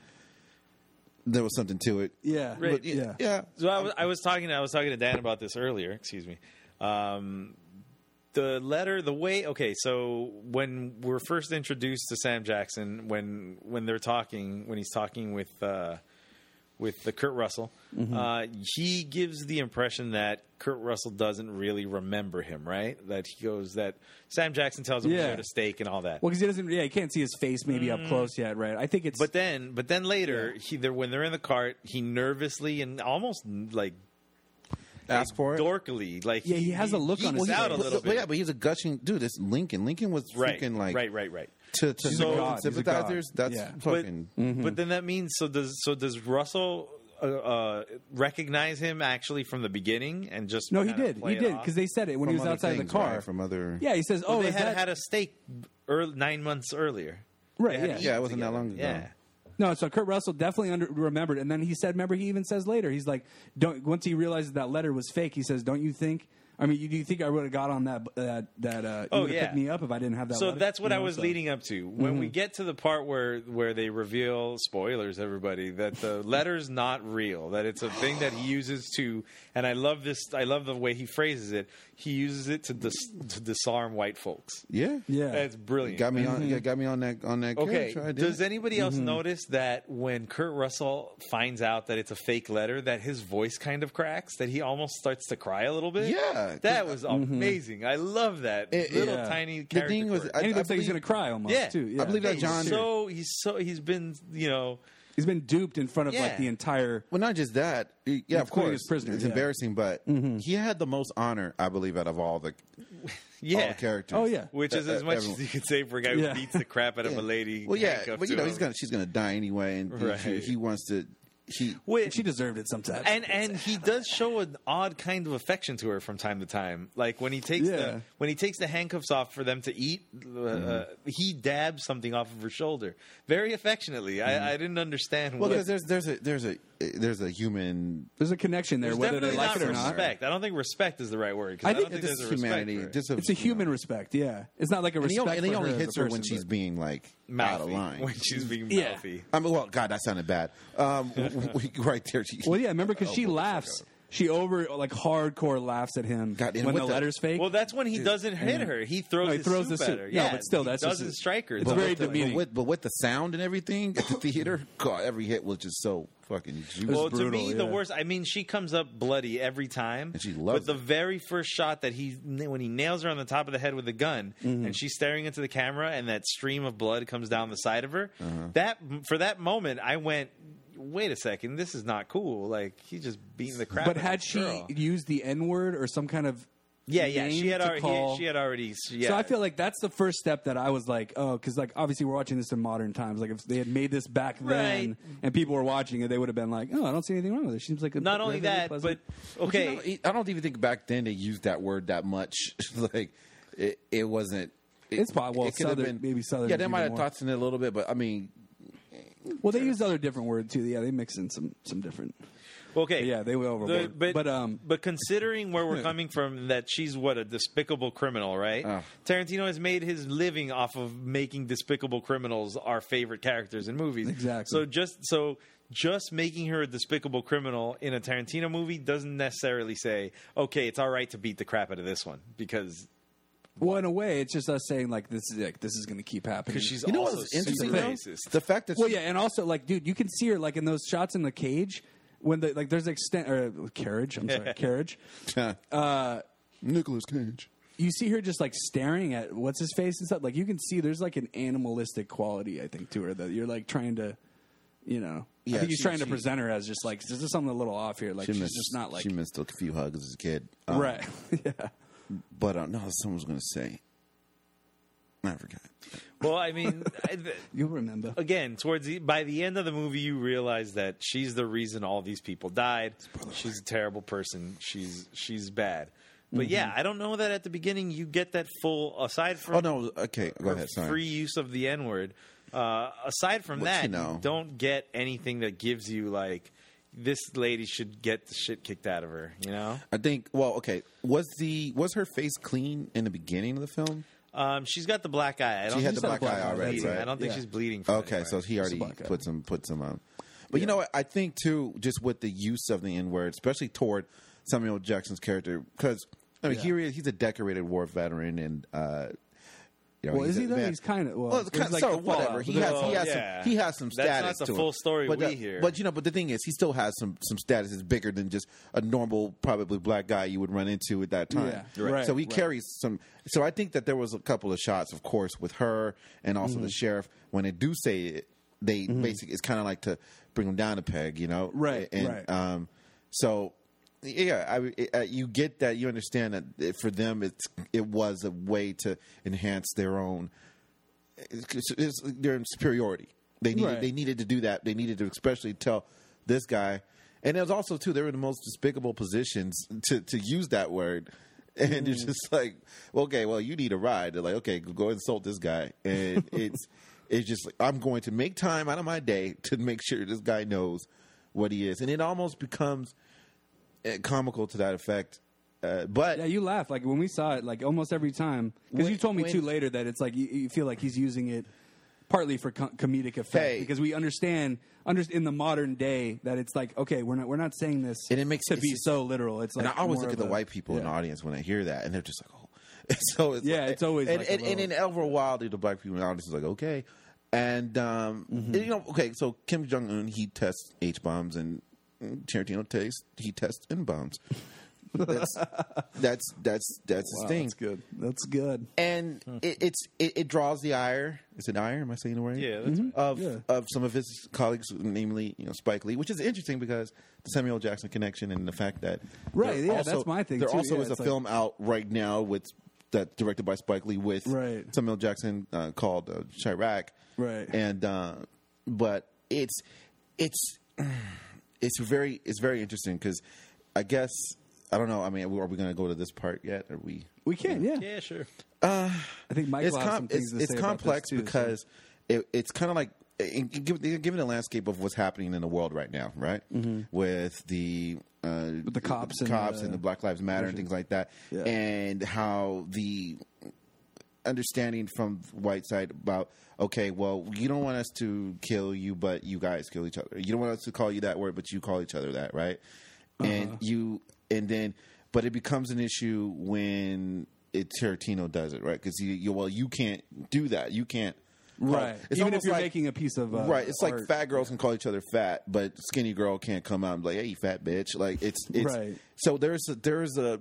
there was something to it. Yeah. Right. But, yeah. yeah. So I was, I was talking. I was talking to Dan about this earlier. Excuse me. Um, the letter, the way. Okay, so when we're first introduced to Sam Jackson, when when they're talking, when he's talking with uh, with the Kurt Russell, Mm-hmm. uh, he gives the impression that Kurt Russell doesn't really remember him. Right? That he goes that Sam Jackson tells him Yeah. where to stake and all that. Well, because he doesn't. Yeah, he can't see his face maybe Mm. up close yet, right? I think it's. But then, but then later, he, they're, when they're in the cart, he nervously and almost like Ask for it. dorkily. Like Yeah, he has a look on geeks his out face. a little but, but bit. yeah, but he's a gushing dude. It's Lincoln. Lincoln was right, freaking like right, right, right. to to He's a Northern god. He's a sympathizers. god. That's Yeah. But fucking. Mm-hmm. but then that means so does so does Russell uh, uh, recognize him actually from the beginning and just no, he kinda did. play He it did off? because they said it when he from was other outside things, the car. right, from other. yeah, he says, "Oh, Well, they is had that- had a steak early, nine months earlier. right." had Yeah. yeah, it wasn't that long ago. Yeah, No, so Kurt Russell definitely under- remembered, and then he said, "Remember, he even says later, he's like, don't." Once he realizes that letter was fake, he says, "Don't you think?" I mean, you, do you think I would have got on that that that uh, you Oh, would've yeah. picked me up if I didn't have that? so letter? that's what You I know, was so- leading up to. When Mm-hmm. we get to the part where where they reveal spoilers, everybody that the letter's not real, that it's a thing that he uses to, and I love this. I love the way he phrases it. He uses it to dis, to disarm white folks. Yeah. Yeah, Mm-hmm. That's brilliant. Got me on. Yeah, got me on that. On that. Okay. Character. I did. Does anybody else Mm-hmm. notice that when Kurt Russell finds out that it's a fake letter, that his voice kind of cracks, that he almost starts to cry a little bit? Yeah, 'cause- that was amazing. I love that It- it- little yeah. tiny. The character thing was, quirk. I- and he looks like he's believe- going to cry almost Yeah. too. I Yeah. believe that He's John- So he's so he's been you know he's been duped in front of like Yeah. the entire. Well, not just that. y- Yeah, of Including course, his prisoner, It's yeah. Mm-hmm. embarrassing, but he had the most honor, I believe, out of all the all yeah the characters. Oh yeah, Which is Uh, as much everyone. as you could say for a guy Yeah. who beats the crap out of a lady. Well, yeah, handcuffed but you know, to he's him. gonna she's gonna die anyway, and he- he, Right. he wants to. He Which- she deserved it sometimes. and and he does show an odd kind of affection to her from time to time. Like when he takes Yeah. the when he takes the handcuffs off for them to eat, uh, uh, Mm-hmm. he dabs something off of her shoulder very affectionately. I, I didn't understand. Mm-hmm. well, what, because there's there's a there's a there's a human there's a connection there, there's whether they definitely like not it or not. respect. I don't think respect is the right word. 'cause I I, think don't think this there's a is humanity. respect. For Just a, It's a human respect. Yeah, it's not like a And he, respect. only, and he for only her as hits a her when person, she's but- being like mouthy out of line. when she's being Yeah. mouthy. I mean, well, God, that sounded bad. Um, w- w- right there. She, Well, yeah, remember because Oh, she boy, laughs. She over like hardcore laughs at him God, and when what the the- letter's fake. Well, that's when he doesn't hit her. He throws, No, he his, throws suit the suit. at her. No, Yeah, but still, he that's just doesn't a- strike her. it's though. very But the- demeaning. But with, but with the sound and everything at the theater, God, every hit was just so fucking juicy. was Well, brutal, to me, the yeah. worst. I mean, she comes up bloody every time, And she loves But the it. very first shot that he when he nails her on the top of the head with the gun, Mm-hmm. and she's staring into the camera, and that stream of blood comes down the side of her. Uh-huh. That for that moment, I went, "Wait a second, this is not cool." Like he just beating the crap. but out had of this she girl. used the N word or some kind of yeah, yeah, she name had to already, call- he, she had already, yeah. So I feel like that's the first step that I was like, oh, because like obviously we're watching this in modern times. Like if they had made this back then Right. and people were watching it, they would have been like, oh, I don't see anything wrong with it. She seems like a not only relatively that, but pleasant- okay, You know, I don't even think back then they used that word that much. like it, it wasn't. It, It's probably- well, could have Southern- maybe Southern Yeah, they people might have more. thoughts in it a little bit, but I mean, well, they used other different words too. Yeah, they mix in some some different. Okay, Yeah, they went overboard. but But, um, but considering where we're coming from, that she's what a despicable criminal, right? Ugh. Tarantino has made his living off of making despicable criminals our favorite characters in movies. Exactly. So just so just making her a despicable criminal in a Tarantino movie doesn't necessarily say, okay, it's all right to beat the crap out of this one because Well, in a way, it's just us saying like this is like this is going to keep happening. because she's you know also what's interesting? super though? racist. The fact that Well, she- yeah, and also like, dude, you can see her like in those shots in the cage when the like there's extent or carriage. I'm sorry, carriage. uh, Nicholas Cage. You see her just like staring at what's his face and stuff. Like you can see there's like an animalistic quality I think to her that you're like trying to, you know, I Yeah, think he's she- trying to she- present her as just like there's just something a little off here. Like She she's missed, just not like she missed a few hugs as a kid, Um, right. yeah. But uh, no, someone was going to say. I forgot. Well, I mean. I- You'll remember. again towards the by the end of the movie you realize that she's the reason all these people died she's a terrible person she's she's bad but Mm-hmm. yeah i don't know that at the beginning you get that full aside from Oh no. Okay, go her ahead. Sorry. free use of the n word uh, aside from Well, that you you, know. don't get anything that gives you like this lady should get the shit kicked out of her you know I think. Well, okay. Was the was her face clean in the beginning of the film? um, she's got the black eye i don't She had think the had black a black eye eye, already, that's bleeding. it. right? i don't think Yeah. she's bleeding from Okay, it, so right? he already black guy. put some put some on. But you know what? I think too, just with the use of the N word, especially toward Samuel Jackson's character, because I mean, Yeah. here he is. He's a decorated war veteran, and uh, you know, Well, is a he though? man- He's kind of well. well, it's there's kind of like so the fallout, whatever. He but- has Well, he has yeah. some he has some That's not status. the to him. full story but we uh, hear. But you know, but the thing is, he still has some some status. Is bigger than just a normal, probably black guy you would run into at that time. Yeah, Right. So he right. carries some. So I think that there was a couple of shots, of course, with her and also Mm-hmm. the sheriff. When they do say it, they basically it's kind of like to bring him down a peg, you know? Right, And, right. Um, so. Yeah, I, I, you get that. You understand that it- for them, it's it was a way to enhance their own it's, it's, they're in superiority. They needed Right. they needed to do that. They needed to especially tell this guy. And it was also too they were in the most despicable positions to to use that word. And you're just like, well, okay, well, you need a ride. They're like, okay, go insult this guy. And it's it's just like I'm going to make time out of my day to make sure this guy knows what he is. And it almost becomes uh, comical to that effect. Uh, but Yeah, you laugh like when we saw it, like almost every time. Because you When- told me when- too later that it's like you, you feel like he's using it partly for com- comedic effect Hey. because we understand under, in the modern day that it's like okay, we're not we're not saying this And it makes- to it's be just- so literal. It's like and I always more look of at the a- white people in the yeah. audience when I hear that, and they're just like, oh. so it's Yeah, like- it's always and like a and, and little- then over a while, the black people in the audience is like, okay, and um, Mm-hmm. and, you know, okay, so Kim Jong Un he tests H bombs, and Tarantino tests he tests N bombs. that's that's that's that's Wow, his thing, That's good. That's good. and Hmm. it, it's it, it draws the ire. Is it ire? Am I saying the word? Yeah, that's Mhm. right. Of Mm-hmm. Yeah. of some of his colleagues, namely you know Spike Lee, which is interesting because the Samuel Jackson connection and the fact that Right, there yeah, that's my thing, There too. also Yeah, is a it's like- film out right now with that directed by Spike Lee with Right. Samuel Jackson uh, called uh, Chirac. Right. and uh, but it's it's it's very it's very interesting because I guess I don't know. I mean, are we going to go to this part yet? Are we? We can, yeah. Yeah, sure. I think Michael it's has some com- things it's, to it's say about this, complex too, so- because it, it's kind of like in- in- given given the landscape of what's happening in the world right now, right? With the uh, with Mm-hmm. the cops and cops the- and the Black Lives Matter and things like that, Yeah. and how the understanding from the white side about okay, well, you don't want us to kill you, but you guys kill each other. You don't want us to call you that word, but you call each other that, right? Uh-huh. And you and then, but it becomes an issue when it Tarantino does it, right? Because you, you, well, you can't do that. You can't. right. It's Even if almost you're like- making a piece of uh, right, it's like art. fat girls can call each other fat, but skinny girl can't come out and be like, "Hey, you fat bitch!" Like it's, it's Right. So there's a, there's a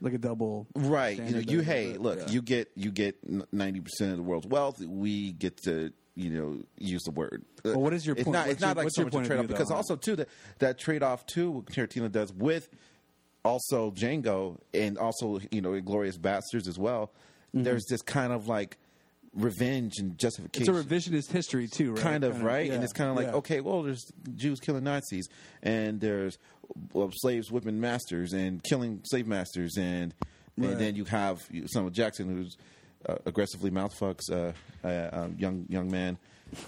like a double. right you know standard you there, hey but- look yeah. you get you get 90% of the world's wealth we get to you know use the word well, what is your it's point? not, What's it's not your- like what's so your much point a of trade-off view, though, because on also too that, that trade-off too what tarantino does with also django and also you know inglorious bastards as well Mm-hmm. there's this kind of like revenge and justification it's a revisionist history too, right? kind of right, yeah, and it's kind of like yeah. okay, well, there's Jews killing Nazis, and there's well, slaves whipping masters and killing slave masters, and Right. and then you have you- Samuel Jackson who's uh, aggressively mouthfucks a uh, uh, um, young young man,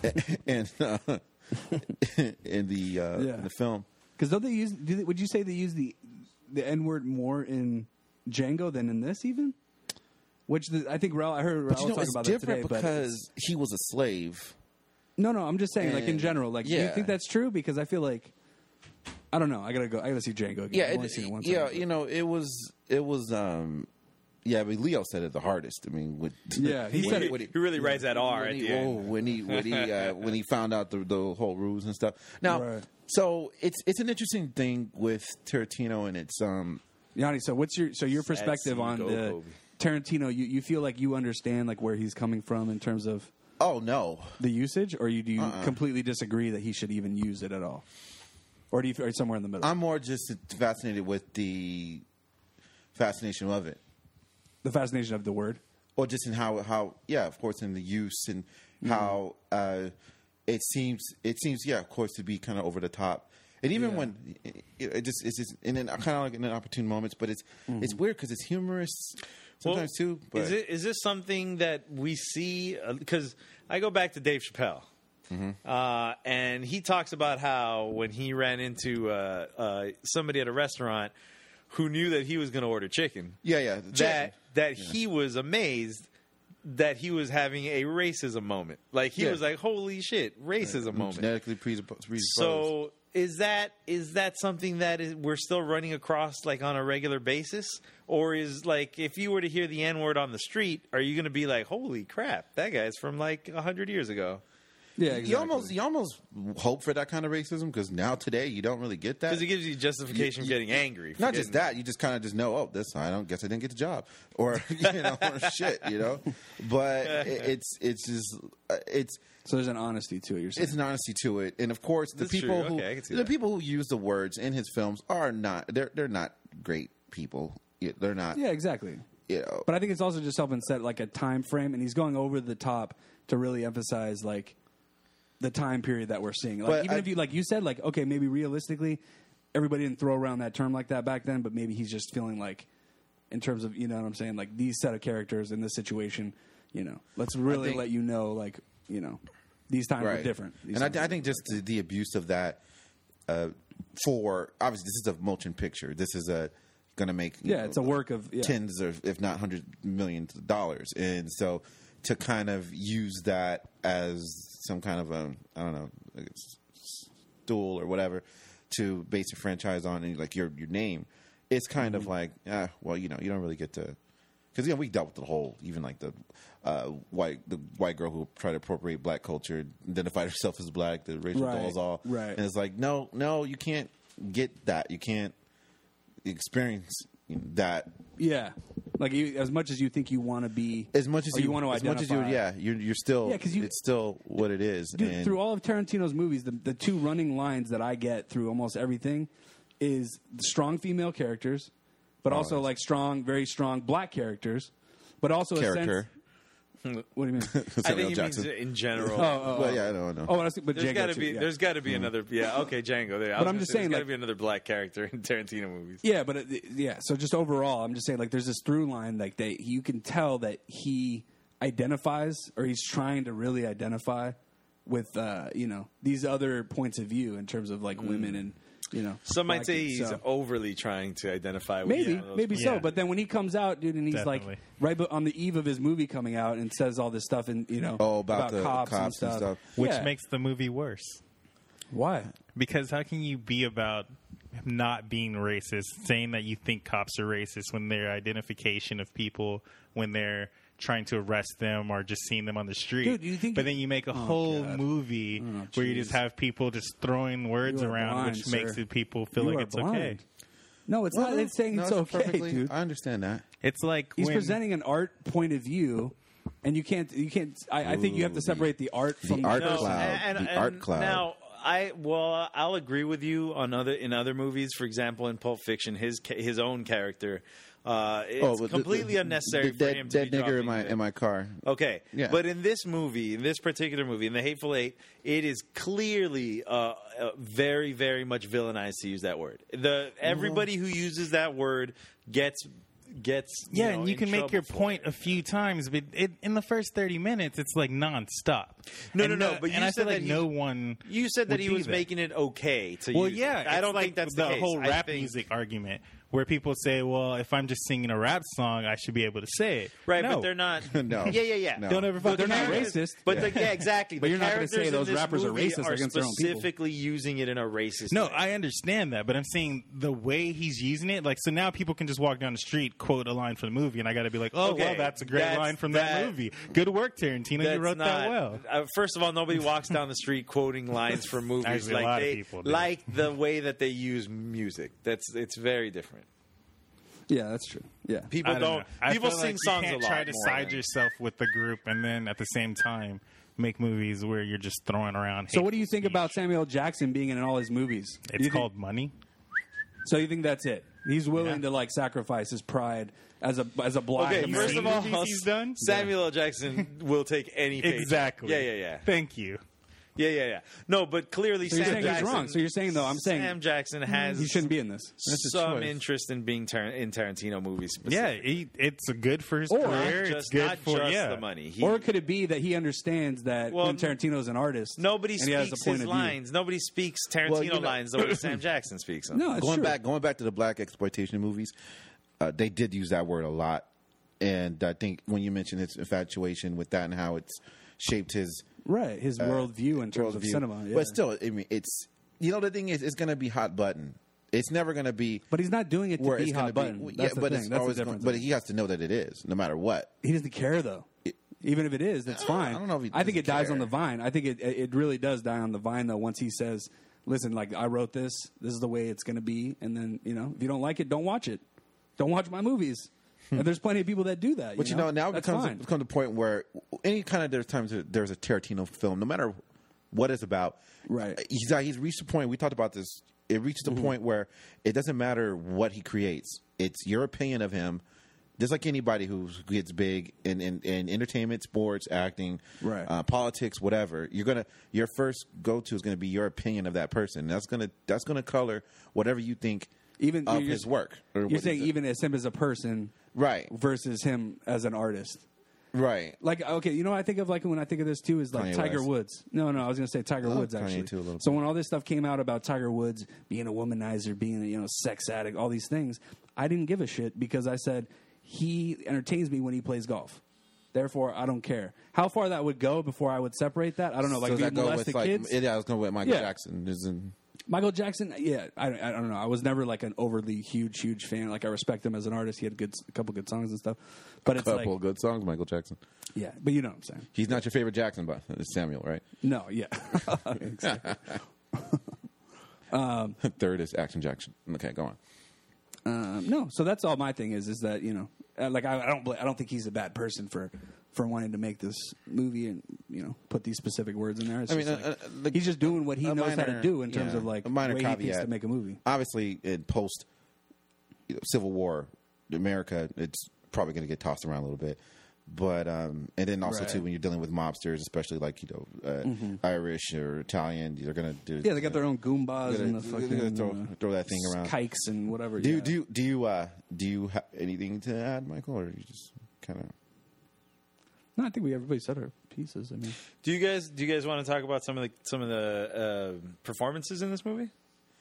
and uh, in the uh, Yeah. in the film. Because don't they use? Do they, would you say they use the the N word more in Django than in this even? Which the, I think Raul, I heard Raul But you know, talk it's about that today. different but because he was a slave. no, no, I'm just saying, like in And- general, like do you yeah. think that's true? Because I feel like I don't know. I gotta go. I gotta see Django again. I've it- only seen it once. yeah, you know, it was it was. um yeah, I mean, Leo said it the hardest. I mean, with Yeah, he when- said it- when He really writes that R when at he, the end. oh, when he when he uh, when he found out the, the whole rules and stuff. Now, Right. so it's it's an interesting thing with Tarantino, and it's um Yanni, so what's your so your Sad perspective scene, on go, the Kobe. Tarantino? You you feel like you understand like where he's coming from in terms of oh no, the usage, or you do you Uh-uh. completely disagree that he should even use it at all, or do you or somewhere in the middle? I'm more just fascinated with the fascination of it, the fascination of the word. or just in how how yeah, of course, in the use and how uh, it seems it seems yeah, of course, to be kind of over the top. And even when it, it just it's just and then kind of like in opportune moments, but it's it's weird because it's humorous sometimes Well, too. But Is it is this something that we see? Because I go back to Dave Chappelle, Mm-hmm. uh, and he talks about how when he ran into uh, uh, somebody at a restaurant who knew that he was going to order chicken, yeah, yeah, that that he was amazed that he was having a racism moment. Like he Yeah. was like, "Holy shit, racism moment." Genetically predisposed. So is that is that something that is, we're still running across like on a regular basis, or is like if you were to hear the N word on the street, are you going to be like, "Holy crap, that guy's from like hundred years ago"? Yeah, exactly. you almost you almost hope for that kind of racism because now today you don't really Uh, get that. Because it gives you justification for You- getting angry. for Not just getting- that, you just kind of just know, oh, this I don't guess I didn't get the job, or you know, or shit, you know. But it, it's it's just uh, it's so there's an honesty to it. You're saying. it's an honesty to it, and of course the That's people true. who Okay, I can see the that. people who use the words in his films are not they're they're not great people. Yeah, They're not yeah, exactly. you know. But I think it's also just helping set like a time frame, and he's going over the top to really emphasize like the time period that we're seeing. Like But even I- if you like you said like okay, maybe realistically, everybody didn't throw around that term like that back then, but maybe he's just feeling like in terms of you know what I'm saying, like these set of characters in this situation, you know, let's really think- let you know like you know these times were different. These And I, times I were think just the, the abuse of that uh, for obviously this is a motion picture. This is a going to make you Yeah, it's a work of- yeah. tens or if not hundred millions of dollars, and so to kind of use that as some kind of a I don't know like a s- stool or whatever to base a franchise on and like your your name, it's kind Mm-hmm. of like ah, well you know you don't really get to. Because you know we dealt with the whole, even like the uh, white the white girl who tried to appropriate black culture, identified herself as black, the racial Right, dolls all, right. And it's like no, no, you can't get that. You can't experience that Yeah, like you, as much as you think you want to be, as much as or you, want to as Oh, identify, much as you, yeah, you're, you're still, Yeah, 'cause you- it's still what it is. Dude, and through all of Tarantino's movies, the, the two running lines that I get through almost everything is strong female characters, but also like strong, very strong black characters, but also A sense, character, what do you mean? I Samuel think it means Jackson. in general. well, yeah, I don't know. oh, I see, but There's Django got to too, be yeah. there's got to be another yeah okay Django there. But I was I'm gonna just say, saying, there's got to like- be another black character in Tarantino movies. Yeah, but it, yeah. So just overall, I'm just saying like there's this through line like they you can tell that he identifies or he's trying to really identify with uh, you know these other points of view in terms of like women and you know Mm. Some might black say dudes, he's so. overly trying to identify. with Maybe, one of those maybe Yeah. so. But then when he comes out, dude, and he's Definitely. like right bu- on the eve of his movie coming out, and says all this stuff, and you know, Oh, about the cops and stuff. which Yeah. makes the movie worse. why? Because how can you be about not being racist, saying that you think cops are racist when their identification of people, when they're trying to arrest them or just seeing them on the street? Dude, you think- Oh, but then you make a whole God. Oh, movie where you just jeez. have people just throwing words You are around, blind, which sir. makes the people feel You like are it's blind. okay. No, it's not. It's saying no, it's okay, perfectly- dude. I understand that. It's like He's when, presenting an art point of view, and you can't. You can't. I, I think you have to Ooh, separate the, art from art No, cloud, and- the and art cloud. Now, I well, I'll agree with you on other in other movies. For exple, in Pulp Fiction, his ca- his own character, uh, it's Oh, but the- completely the- unnecessary the for dead, him to dead be nigger dropping in my the- in my car. Okay, Yeah. but in this movie, in this particular movie, in The Hateful Eight, it is clearly uh, uh, very, very much villainized to use that word. The everybody who uses that word gets gets you Yeah, know, and you in can make trouble your for point it. a few times, but it, in the first thirty minutes, it's like nonstop. No, And no, no, but you and I said feel like that he- no one. You said that would he do was that. making it okay to Well, use. it. yeah, I it's don't like think that's the, the, case. whole I rap think- music argument, where people say, "Well, if I'm just singing a rap song, I should be able to say it." Right, No. but they're not. No. Yeah, yeah, yeah. No. Don't ever. fucking they're not care. racist. But the, yeah, exactly. But The you're not gonna characters say in those this rappers are movie racist are against their own people. specifically using it in a racist. No, way. I understand that, but I'm saying the way he's using it, like so now people can just walk down the street, quote a line from the movie, and I got to be like, "Oh, Okay, well, that's a great that's- line from that- that movie. Good work, Tarantino. That's you wrote not- that well." Uh, first of all, nobody walks down the street quoting lines from movies Actually, a like lot of they people do. like the way that they use music. That's it's very different. Yeah, that's true. Yeah, People I don't. know. I people feel sing like you songs can't a lot. Try to more side than- yourself with the group, and then at the same time make movies where you're just throwing around. So what do you hateful think about Samuel Jackson being in all his movies? speech. Do It's you think- called money. So you think that's it? He's willing Yeah. to like sacrifice his pride as a as a blind. Okay, you first seen of all, the movies he's done? Samuel L. Jackson will take any. paycheck. Exactly. Yeah, yeah, yeah. Thank you. Yeah, yeah, yeah. No, but clearly So you're Sam saying he's Jackson, wrong. So you're saying, though, I'm saying- Sam Jackson has he shouldn't be in this. That's a some choice. interest in being tar- in Tarantino movies. Yeah, specifically. he, it's good for his Or career. Not it's just, good not for just yeah. the money. He, Or could it be that he understands that Well, when Tarantino's an artist, nobody and speaks he has a point his of view? lines. Nobody speaks Tarantino Well, you know- lines the way Sam Jackson Uh, speaks them. No, it's going true. back, going back to the black exploitation movies, uh, they did use that word a lot And I think when you mentioned his infatuation with that and how it's shaped his Right, his worldview in terms of Uh, worldview. cinema. yeah. But still, I mean, it's you know the thing is, it's going to be hot button. It's never going to be But he's not doing it to where be it's hot going button. to be. That's the but thing. it's That's the always difference. Gonna, but he has to know that it is, no matter what. he doesn't care though. Even if it is, that's fine. I don't know if he I think it doesn't dies on care. the vine. I think it it really does die on the vine though. Once he says, "Listen, like I wrote this. This is the way it's going to be," and then you know, if you don't like it, don't watch it. Don't watch my movies. and there's plenty of people that do that. Hmm. But you know, now it that's becomes fine. it becomes the point where any kind of there's times that there's a Tarantino film, no matter what it's about. Right. Mm-hmm. He's he's reached a point. We talked about this. It reaches a point where it doesn't matter what he creates. It's your opinion of him. Just like anybody who gets big in, in, in entertainment, sports, acting, Right. uh, politics, whatever, you're gonna your first go to is gonna be your opinion of that person. That's gonna that's gonna color whatever you think Even of you're- his work. or what You're is saying it. even as him as a person, right, versus him as an artist. right. Like okay, you know what I think of like when I think of this too is like Kanye Tiger West. Woods. No, no, I was gonna say Tiger Woods Kanye actually. too, a little so when all this stuff came out about Tiger Woods being a womanizer, being a you know sex addict, all these things, I didn't give a shit because I said he entertains me when he plays golf. Therefore, I don't care how far that would go before I would separate that. I don't know, like so does being that go molested with like kids. yeah, I was going with Michael Yeah. Jackson. Is in, Michael Jackson, yeah, I, I don't know. I was never like an overly huge, huge fan. Like I respect him as an artist. He had good, a couple good songs and stuff. But it's couple like, good songs, Michael Jackson. yeah, but you know what I'm saying. He's not your favorite Jackson, but it's Samuel, right? No, yeah, Exactly. Third is Action Jackson. Okay, go on. um, no. So that's all my thing is is that you know, uh, like I, I don't, bl- I don't think he's a bad person for for wanting to make this movie and you know put these specific words in there. It's I mean, just uh, like, uh, the- he's just doing what he a knows how to minor- do in terms yeah, of like a minor way he thinks caveat. to make a movie. Obviously, in post you know, Civil War America, it's probably going to get tossed around a little bit. But um, and then also Right. Mm-hmm. too, when you're dealing with mobsters, especially like you know uh, Irish or Italian, they're going to do Yeah, they got their own goombas They're and gonna- the they're fucking gonna throw- uh, throw that thing around. kikes and whatever. Do yeah. you do you, do you uh, do you have anything to add, Michael, or you just kind of? No, I think we everybody said our pieces. I mean, Do you guys do you guys want to talk about some of the some of the uh, performances in this movie?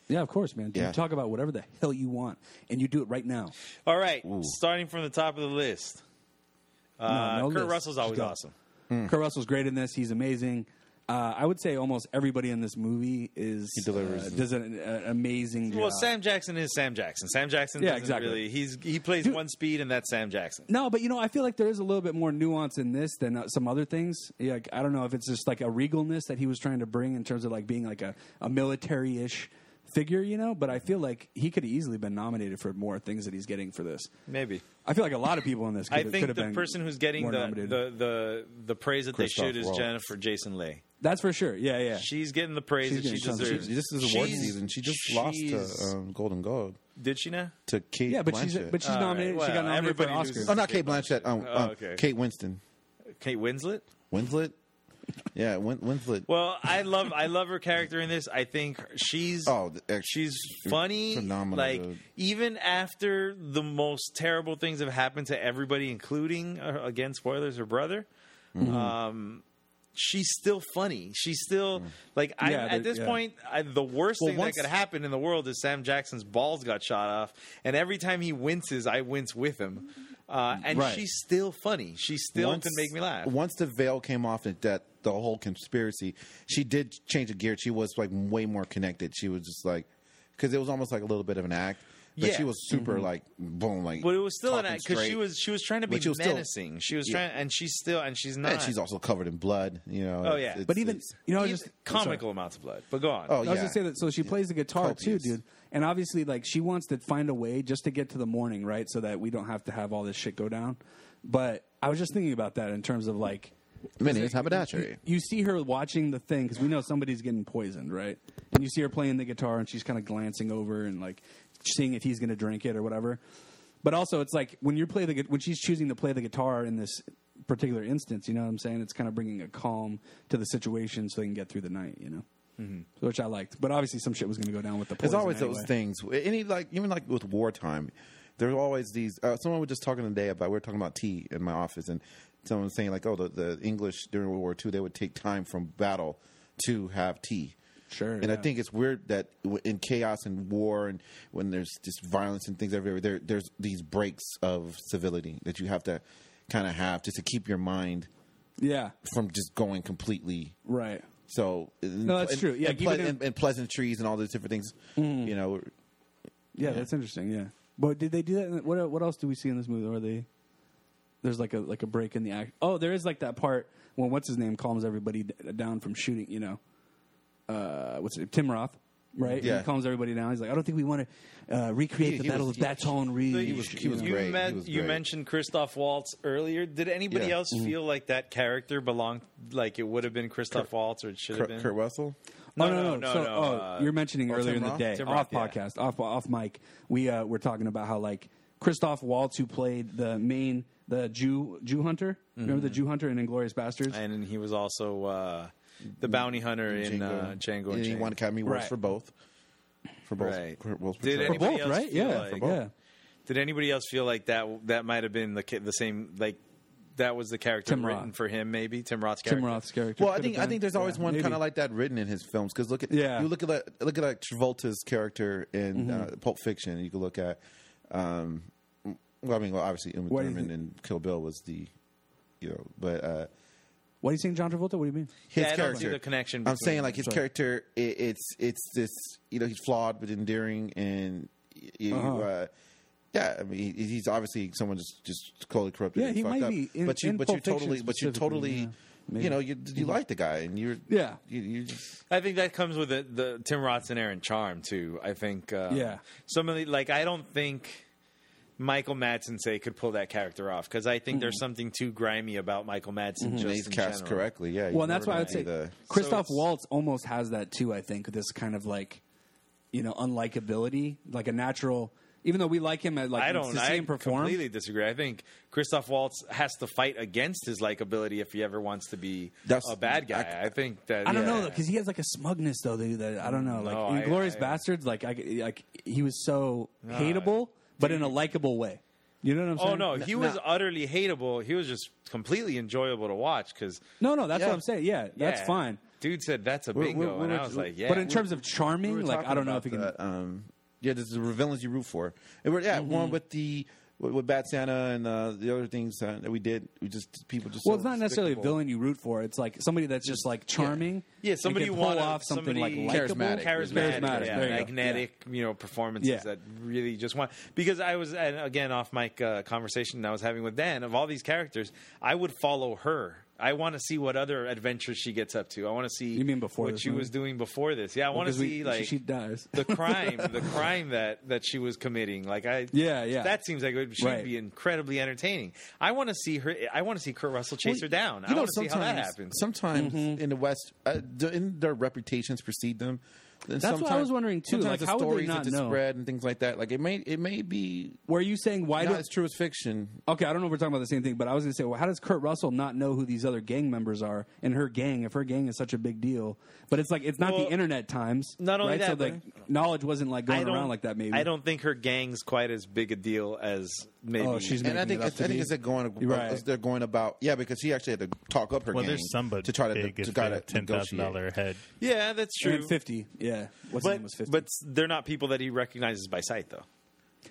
yeah, of course, man. Dude, Yeah. Talk about whatever the hell you want, and you do it right now. All right, starting from the top of the list. Uh, no Kurt list. Russell's Just always go. awesome. Hmm. Kurt Russell's great in this. He's amazing. Uh, I would say almost everybody in this movie is He delivers. uh, does an, an amazing job. Well, Sam Jackson is Sam Jackson. Sam Jackson, Yeah, yeah, exactly. exactly. Really, he's he plays Dude. one speed, and that's Sam Jackson. No, but you know, I feel like there is a little bit more nuance in this than uh, some other things. Yeah, like, I don't know if it's just like a regalness that he was trying to bring in terms of like being like a, a military ish figure, you know. But I feel like he could have easily been nominated for more things that he's getting for this. Maybe I feel like a lot of people in this. Could, I think could have the been person who's getting more the, nominated. the the the praise that Christoph they should is Waltz. Jennifer Jason Leigh. that's for sure. Yeah, yeah. She's getting the praise She's that she getting tons of- deserves. she- This is award She's- season. She just lost she's- to um, Golden Globe Did she now? to Kate. yeah, but Blanchett. she's but she's All right, nominated. she got Uh, well, nominated for an everybody Oscar. loses. Oh, not Kate Blanchett. Um, Oh, um, okay. Kate Winston. Kate Winslet. Winslet? Yeah, Win- Winslet. Well, I love I love her character in this. I think she's Oh, the ex- she's funny. phenomenal, Like dude. even after the most terrible things have happened to everybody, including uh, again spoilers, her brother. Mm-hmm. Um, she's still funny. She's still Mm. like I Yeah, at they- this yeah. point. I, the worst Well, thing once- that could happen in the world is Sam Jackson's balls got shot off, and every time he winces, I wince with him. Uh, and Right. she's still funny. She still can make me laugh. Once the veil came off and that the whole conspiracy, she did change of gear. She was like way more connected. She was just like, because it was almost like a little bit of an act. But Yeah. she was super Mm-hmm. like boom, like. But it was still an talking act because she straight. was she was trying to be But she was still- menacing. she was yeah. trying, and she's still, and she's not. And she's also covered in blood, you Oh, know. it's- yeah. it's- But even it's- you know, Even- just sorry. comical amounts of blood. But go on. Oh, I was yeah. gonna say that. So she plays the guitar Copious. too, dude. And obviously, like she wants to find a way just to get to the morning, right? So that we don't have to have all this shit go down. But I was just thinking about that in terms of like Minnie's haberdashery. you see her watching the thing because we know somebody's getting poisoned, right? And you see her playing the guitar, and she's kind of glancing over and like seeing if he's going to drink it or whatever. But also, it's like when you play the gu- when she's choosing to play the guitar in this particular instance, you know what I'm saying? It's kind of bringing a calm to the situation so they can get through the night, you know. Mm-hmm. Which I liked, but obviously some shit was going to go down with the. There's poison always anyway. those things. Any like even like with wartime, there's always these. Uh, someone was just talking today about we were talking about tea in my office, and someone was saying like, oh, the, the English during World War II they would take time from battle to have tea. Sure, And I yeah. think it's weird that w- in chaos and war and when there's just violence and things everywhere, there, there's these breaks of civility that you have to kind of have just to keep your mind Yeah, from just going completely right. so No, that's true. Yeah, and, even Mm. ple- in- and, and pleasantries and all those different things. You know, Yeah, that's interesting. Yeah, but did they do that? In the, what What else do we see in this movie? Are they? There's like a like a break in the act. Oh, there is like that part when what's his name calms everybody d- down from shooting. You know, uh, what's it? Tim Roth, right? Yeah. He calms everybody down. He's like, I don't think we want to uh, recreate He- the he Battle was- of Baton Rouge. So you- he was you great. men- He was you great. mentioned Christoph Waltz earlier. Did anybody Yeah. Mm-hmm. else feel like that character belonged, like it would have been Christoph Waltz or it should have Kurt, been? Kurt Russell. No, No, no, no. no, no, so, no, oh, uh, you're mentioning earlier Tim in the Roth? day, Tim off Roth, yeah. podcast, off off mic, we uh, were talking about how like Christoph Waltz, who played the main the Jew Jew hunter, remember Mm-hmm. the Jew hunter in Inglorious Bastards? and he was also uh, the bounty hunter in uh, Django and Mm-hmm. he Django. won Academy Awards Right. for both. For both, Right. Kurt Russell. Did For for both. anybody both, else right? feel Yeah, like- yeah. Did anybody else feel like that? That might have been the ca- the same. Like that was the character Tim written Roth. for him. Maybe Tim Roth's character. Tim Roth's character. Well, I could think have I been. think there's always Yeah, one maybe. kind of like that written in his films because look at Yeah. Mm-hmm. you look at like, look at like Travolta's character in uh, Pulp Fiction. You can look at, um, well, I mean, well, obviously Uma Why do you Thurman think- and Kill Bill was the, you know, but uh, What are you saying, John Travolta? What do you mean? his Yeah, I character. don't see the connection I'm between saying them. like his Sorry. character. It, it's it's this. You know, he's flawed but endearing, and y- you. Uh-huh. uh yeah, I mean, he- he's obviously someone just just totally corrupted. Yeah, and he fucked might up. be in- but you, in but you Pulp Fiction totally, but you specifically, totally, yeah, maybe. Mm-hmm. you know, you you like the guy, and you're Yeah. you, you just, I think that comes with the, the Tim Roth's inherent charm too. I think. Uh, Yeah. Some of the like I don't think Michael Madsen say could pull that character off because I think Mm-hmm. there's something too grimy about Michael Madsen. and Just he's in cast general. correctly. Yeah, Well, he's and that's never why I would gonna say be the- Christoph So it's- Waltz almost has that too. I think this kind of like, you know, unlikability, like a natural. Even though we like him, at like I to don't. see I him perform. completely disagree. I think Christoph Waltz has to fight against his likability if he ever wants to be That's- a bad guy. I, think that. I don't know yeah. though, because he has like a smugness though. That, that I don't know, like No, in I- Glorious I- Bastards, like I, like he was so hateable, but in a likable way. You know what I'm saying? Oh no, he was utterly hateable. He was just completely enjoyable to watch because no, no. That's Yeah. what I'm saying. Yeah, that's fine. Dude said that's a We're- bingo, we're- and we're- I was like, yeah. but in terms of we charming, were like talking I don't know about if he can. that, um, yeah, this is the villains you root for. And we're, yeah, Mm-hmm. one with the with, with Bad Santa and uh, the other things uh, that we did. We just people just well, so it's not necessarily a despicable. villain you root for. It's like somebody that's just like charming. yeah, and somebody can pull wanna- off something like somebody likable. charismatic. charismatic, Charismatic, yeah, there you go. magnetic, you know, performances Yeah. that really just want. Because I was, and again, off my uh, conversation I was having with Dan of all these characters, I would follow her. I want to see what other adventures she gets up to. I want to see You mean before what this she movie? was doing before this. Yeah, I want to Because we- see she- like she dies. the crime, the crime that that she was committing. Like I, Yeah, yeah. that seems like it would she'd Right. be incredibly entertaining. I want to see her. I want to see Kurt Russell chase Well, her down. I you know, want to see how that sometimes- happens. Sometimes Mm-hmm. in the West, uh, d- in their reputations precede them. And That's what I sometimes- was wondering, too. sometimes Like, the how would they stories not that know? spread and things like that. Like it may it may be Were you saying why not do as true as fiction. Okay, I don't know if we're talking about the same thing, but I was going to say, well, how does Kurt Russell not know who these other gang members are in her gang if her gang is such a big deal? But it's like it's not Well, the internet times. not only right? so that, like knowledge wasn't like I going don't- around like that. Maybe I don't think her gang's quite as big a deal as maybe. Oh, she's And I making think it up I to think be- it's they're going Right. as they're going about yeah because she actually had to talk up her Well, game there's somebody to try to, big to if try they're to a ten thousand negotiate. dollar head. yeah, that's And true. then fifty. Yeah, what's his but name was fifty. but they're not people that he recognizes by sight though.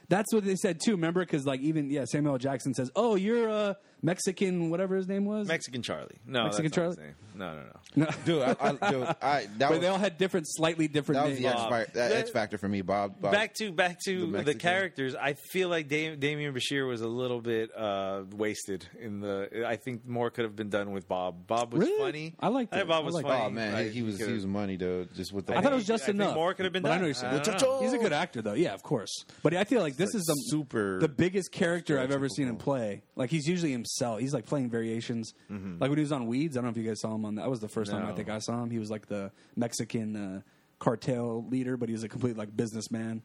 that's what they said too. Remember, because like even yeah, Samuel L. Jackson says, "Oh, you're uh, Mexican, whatever his name was." Mexican Charlie. No, Mexican that's not his Charlie? name. No, no, no. no. Dude, I, I, dude, I, that but was, they all had different, slightly different that was names. the X, Bob. factor, that That- X factor for me, Bob. Bob. back to back the to the, Mexican. characters. I feel like Dam- Damian Bashir was a little bit uh, wasted in the. I think more could have been done with Bob. Bob was Really? funny. I liked think it. Bob I was liked funny. oh man, Like, uh, he, he was he could've- was money, dude. Just with the I thought it was just I think enough. more could have been But I done. know you're saying. I don't know. He's a good actor, though. Yeah, of course. But I feel like this is the super- the biggest character I've ever seen him play. Like he's usually himself. He's like playing variations. Like when he was on Weeds, I don't know if you guys saw him on that. That was the first time I No. think I saw him. He was like the Mexican uh, cartel leader, but he was a complete like businessman.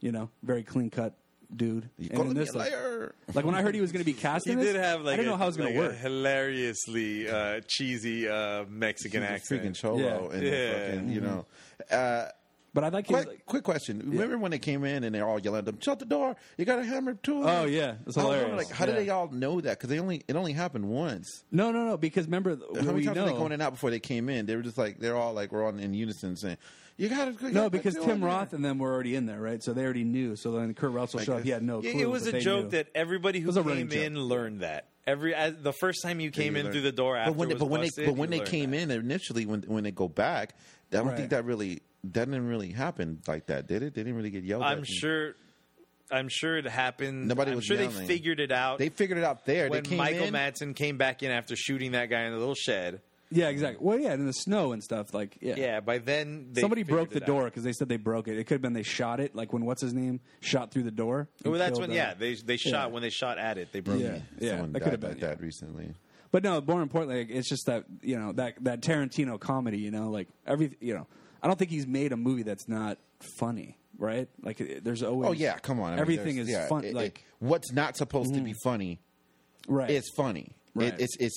You know, very clean cut dude. You And calling in me this, a like, liar? like, when I heard he was going to be cast, He in this, did have like I didn't a- know how it was going like to a work. hilariously uh, cheesy uh, Mexican He's a accent. freaking cholo Yeah. and Yeah. fucking you know. Uh, But I like his. Quick, quick question. Remember when they came in and they're all yelling at them, "Shut the door! You got a hammer too!" Oh, yeah. It's I was wondering, hilarious. Like, how Yeah. did they all know that? Because they only it only happened once. no, no, no. Because remember, How we many times know, were they going in and out before they came in? They were just like they're all like we're on in unison saying, "You got to no, because Tim Roth and them were already in there, right? So they already knew. So then Kurt Russell I showed up. He guess. had no clue. It, it was but a they joke knew. that everybody who was a running came joke. in learned that. Every as, the first time you came you in learn. through the door after But when they, was but when busted, they but when you they learned came that. in initially when when they go back, I don't Right. think that really that didn't really happen like that, did it? They didn't really get yelled. at I'm and- sure. I'm sure it happened. Nobody I'm was sure they yelling. figured it out they figured it out there. when they came Michael in, Madsen came back in after shooting that guy in the little shed. Yeah, exactly. Well, yeah, in the snow and stuff. Like, yeah. Yeah, by then they Somebody figured broke the it out. door because they said they broke it. It could have been they shot it, like when what's his name shot through the door. and Well, that's killed, when uh, yeah they they shot when they shot at it. They broke Yeah. it. Yeah, someone that died could have been, like yeah. that recently. But no, more importantly, like, it's just that you know that that Tarantino comedy. You know, like every you know, I don't think he's made a movie that's not funny, right? Like it- there's always. Oh yeah, come on! I mean, everything there's- is yeah, fun. it- it- like what's not supposed to be Mm. funny right. It's funny. Right. It, it's it's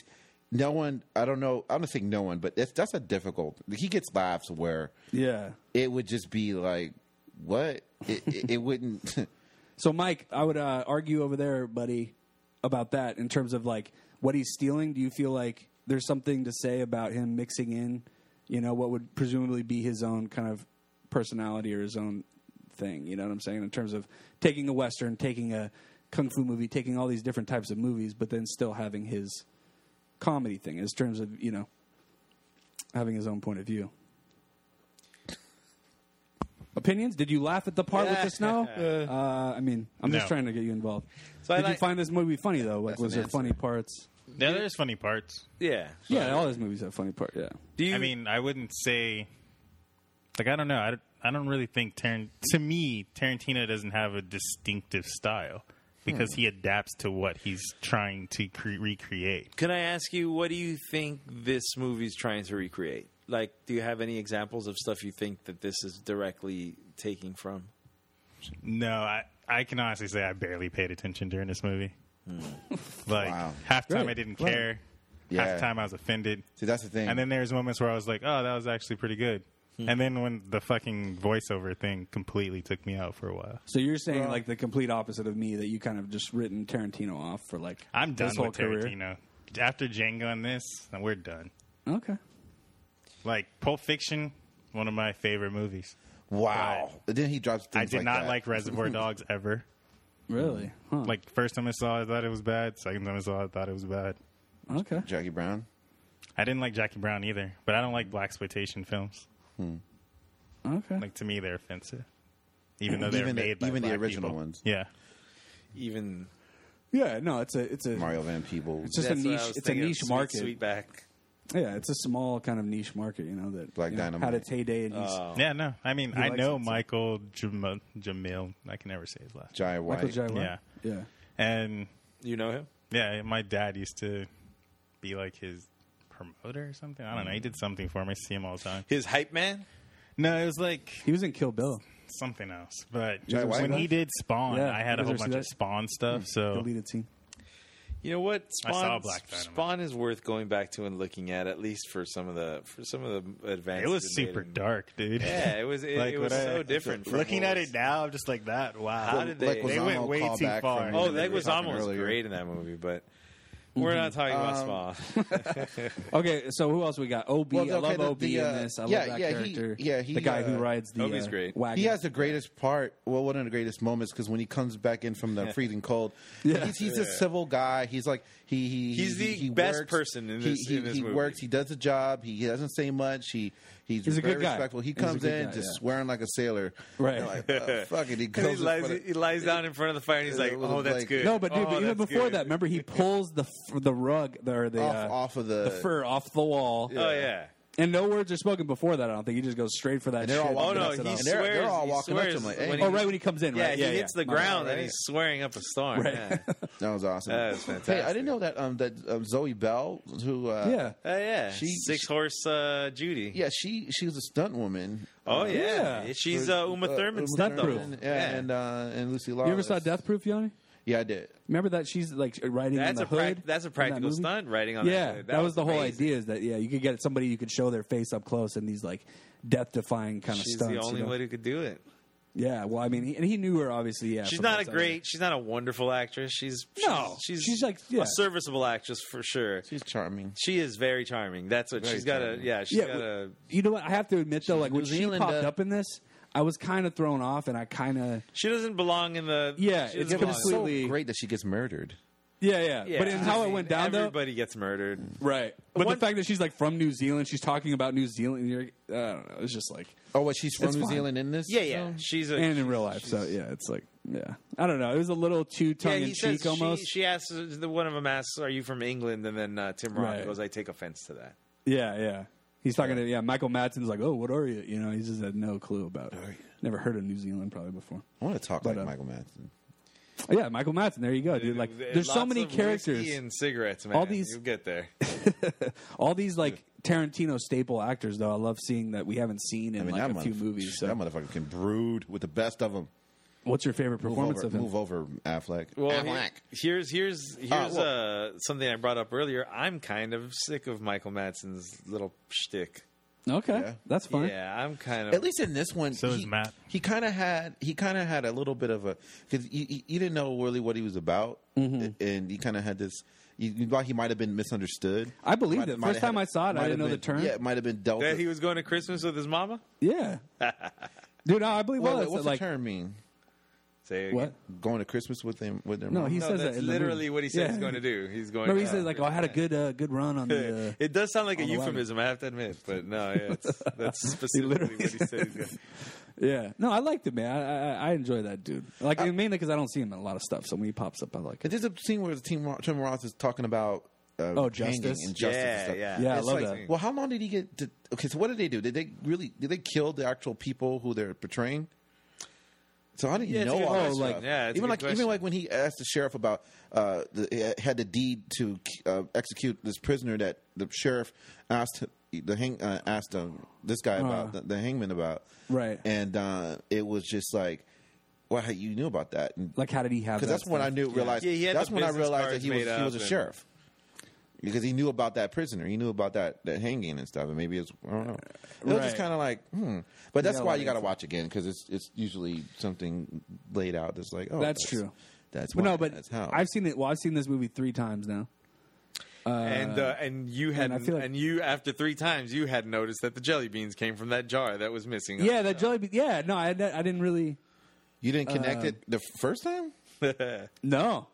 no one. I don't know. I'm not saying no one, but that's that's a difficult. He gets laughs where yeah. it would just be like, what? It, it, it wouldn't. So Mike, I would uh, argue over there, buddy, about that in terms of like what he's stealing. Do you feel like there's something to say about him mixing in, you know, what would presumably be his own kind of personality or his own thing? You know what I'm saying? In terms of taking a western, taking a kung fu movie, taking all these different types of movies, but then still having his comedy thing. In terms of you know having his own point of view. Opinions? Did you laugh at the part with the snow? Uh, I mean, I'm just No. trying to get you involved. So I Did you like- find this movie funny though? Like, That's was an there funny answer. parts? Now, there's funny parts. Yeah, yeah, all his movies have funny parts. Yeah, Do you, I mean, I wouldn't say. Like I don't know. I don't, I don't really think Taran- to me Tarantino doesn't have a distinctive style because he adapts to what he's trying to cre- recreate. Can I ask you, what do you think this movie's trying to recreate? Like, do you have any examples of stuff you think that this is directly taking from? No, I I can honestly say I barely paid attention during this movie. like Hmm. Wow. half halftime Great. I didn't Wow. care. Yeah. Half Halftime I was offended. See, that's the thing. And then there's moments where I was like, oh, that was actually pretty good. Hmm. And then when the fucking voiceover thing completely took me out for a while. so you're saying like the complete opposite of me that you kind of just written Tarantino off for like I'm done this whole with career. Tarantino. After Django and this, we're done. Okay, Like Pulp Fiction, one of my favorite movies. wow. And then he drops. Things I did like not that. like Reservoir Dogs ever. really? Huh. Like first time I saw it, I thought it was bad. Second time I saw it, I thought it was bad. okay, Jackie Brown. I didn't like Jackie Brown either, but I don't like black exploitation films. okay. Like to me, they're offensive, even though they're Even the- made by even the black original people. ones. Yeah, Even yeah, no, it's a it's a Mario Van Peebles. It's just a That's what I niche. was It's a thinking of, niche Sweet- market. Sweetback. Yeah, it's a small kind of niche market. You know that Black you know, Dynamite. had its heyday and he's Uh, Oh. yeah. No, I mean, I likes know it, so- Michael Jam- Jamil. I can never say his last. Jai White. Michael J. White. Yeah. yeah. and You know him? Yeah, my dad used to be like his promoter or something. I don't know. Mm. He did something for me. I see him all the time. His hype man? No, it was like He was in Kill Bill. something else. But Jai White when he one? did Spawn, Yeah, I had a you guys whole ever see bunch of that? Mm. Spawn stuff. So Deleted scene. You know what? I Spawn, saw Black Dynamite. Spawn is worth going back to and looking at, at least for some of the for some of the advances. it was they made super in- dark, dude. Yeah, it was. It, Like, it was what I- so different. From Looking what at was- it now, I'm just like that. Wow. How did they- they went Leguizamo way callback too from far. when Oh, we Oh, were that was talking almost earlier. great in that movie, but we're not talking about Spawn. Okay, so who else we got? Ob. I Well, okay, love the- Ob the, uh, in this. I yeah, love that yeah, he- character. yeah, he, the guy who uh, rides the Obi's uh, great. wagon. He has the greatest part. Well, one of the greatest moments because when he comes back in from the freezing cold, Yeah. he's, he's a civil guy. He's like he he He's he, the he best works. person in this- He, he, in this he movie. works. He does the job. He doesn't say much. He he's, He's a very good guy. respectful. He He's a comes good in guy, just yeah. swearing like a sailor. Right. And like uh, fuck it. He And he comes. in lies, front of- he lies down in front of the fire and he's Yeah, like, it was "Oh, that's like- good." no, but dude, Oh, but even that's before good. that, remember he pulls the f- the rug or the Off- uh, off of the- fur off the wall. Oh yeah. and no words are spoken before that. I don't think he just goes straight for that. And they're all shit. walking Oh no, That's it he all. swears. And they're- they're all he walking up to swears him like, hey. Oh, right when he comes in, yeah, right? he Yeah, hits yeah. the ground right. and he's swearing up a storm. Right. Yeah. oh that was awesome. That was Hey, I fantastic. didn't know that um that um, Zoe Bell who uh, yeah. yeah, She- six horse uh, Judy. yeah she she was a stunt woman. Oh yeah, Yeah. she's uh, Uma Thurman's Uma stunt double. Thurman, Yeah, and uh, and Lucy Lawless. You ever saw Death Proof, Yanni? Yeah, I did. Remember that she's like riding That's on a the hood. prac- that's a in that practical movie? stunt riding on. yeah, that, hood. that, was, the whole amazing. idea is that yeah, you could get somebody you could show their face up close in these like death-defying kind of She's stunts. the you only know? one who could do it. Yeah, well, I mean, he, and he knew her obviously. Yeah, She's from not a outside. great. She's not a wonderful actress. She's, she's No, she's like- yeah. a serviceable actress for sure. She's charming. She is very charming. That's what Very she's got. A charming. yeah. She's Yeah, got a. w- you know what? I have to admit though, like when New she Zealander. uh, popped up in this, I was kind of thrown off, and I kind of She doesn't belong in the. Yeah, she it's been doesn't belong. a sleep- Completely- So great that she gets murdered. yeah, yeah, Yeah, But in how I it mean, went down though, everybody gets murdered. right? But One- the fact that she's like from New Zealand, she's talking about New Zealand. You're, I don't know. It's just like Oh, what? She's from It's New fine. Zealand in this? Yeah, yeah. film? She's a. and she's- in real life. So yeah, it's like yeah, I don't know. It was a little too Yeah, tongue in he says cheek she, almost. she asks the one of them asks, "Are you from England?" And then uh, Tim Roth Right. goes, "I take offense to that." yeah, yeah. He's talking to yeah. Michael Madsen's like, oh, what are you? You know, he just had no clue about. it. Never heard of New Zealand probably before. I want to talk But, like uh, Michael Madsen. Yeah, Michael Madsen. There you go, dude. Like, there's so Lots many of whiskey characters. and cigarettes. Man. All these- you'll get there. All these like Tarantino staple actors, though, I love seeing that we haven't seen in I mean, like that a few motherf- movies. So, That motherfucker can brood with the best of them. what's your favorite Move performance over, of him? move over, Affleck. Well, Affleck. he- here's Oh, here's here's uh, something I brought up earlier. I'm kind of sick of Michael Madsen's little shtick. Okay, Yeah. that's fine. Yeah, I'm kind of At least in this one, So he, is Matt. He kind of had he kind of had a little bit of a because you, you, you didn't know really what he was about, Mm-hmm. and he kind of had this. You, you thought he might have been misunderstood. I believed Might- it. might First have time had- I saw it, I might didn't have know the been- term. Yeah, it might have been dealt. that with- he was going to Christmas with his mama. Yeah, dude, no, I believe Wait, all wait, that. what's like the term mean? Say again. what? Going to Christmas with him with their No, mom? he No, says that's that in the literally movie. what he says he's Yeah. going to do. He's going. No, to he says like, "Oh, I had a good uh, good run on the." Uh, it does sound like a on the ladder. euphemism. I have to admit, but no, yeah, it's, that's specifically literally what he said. He's gonna- yeah, no, I liked it, man. I I, I enjoy that dude. Like mainly because I don't see him in a lot of stuff, so when he pops up, I like. it. And there's a scene where the team Ro- Tim Roth is talking about uh, Oh, hanging justice? and justice. and Yeah, stuff. yeah. Yeah, I It's love like, that. Well, how long did he get? To, okay, so what did they do? Did they really? Did they kill the actual people who they're portraying? So I didn't Yeah, it's a know good all that question. stuff. Yeah, it's a even good like question. even like when he asked the sheriff about uh, the, he had the deed to uh, execute this prisoner that the sheriff asked the hang uh, asked um, this guy Uh-huh. about the, the hangman about Right. and uh, it was just like, well, you knew about that, and Like, how did he have? because that that's when I stuff? knew realized Yeah, he had that's the when I business realized that cards he was made he was a up and- sheriff because he knew about that prisoner. He knew about that that hanging and stuff. And maybe it's I don't know. It was Right. just kind of like hmm. But that's Yeah, why like you got to it's- watch again because it's it's usually something laid out that's like oh That's true. That's Well, why, no, but that's how I've seen it. Well, I've seen this movie three times now. and uh, and you had I and, feel like- you after three times you had noticed that the jelly beans came from that jar that was missing. Yeah, that jelly. Bean, yeah, no, I, I didn't really. you didn't uh, connect it the first time. No,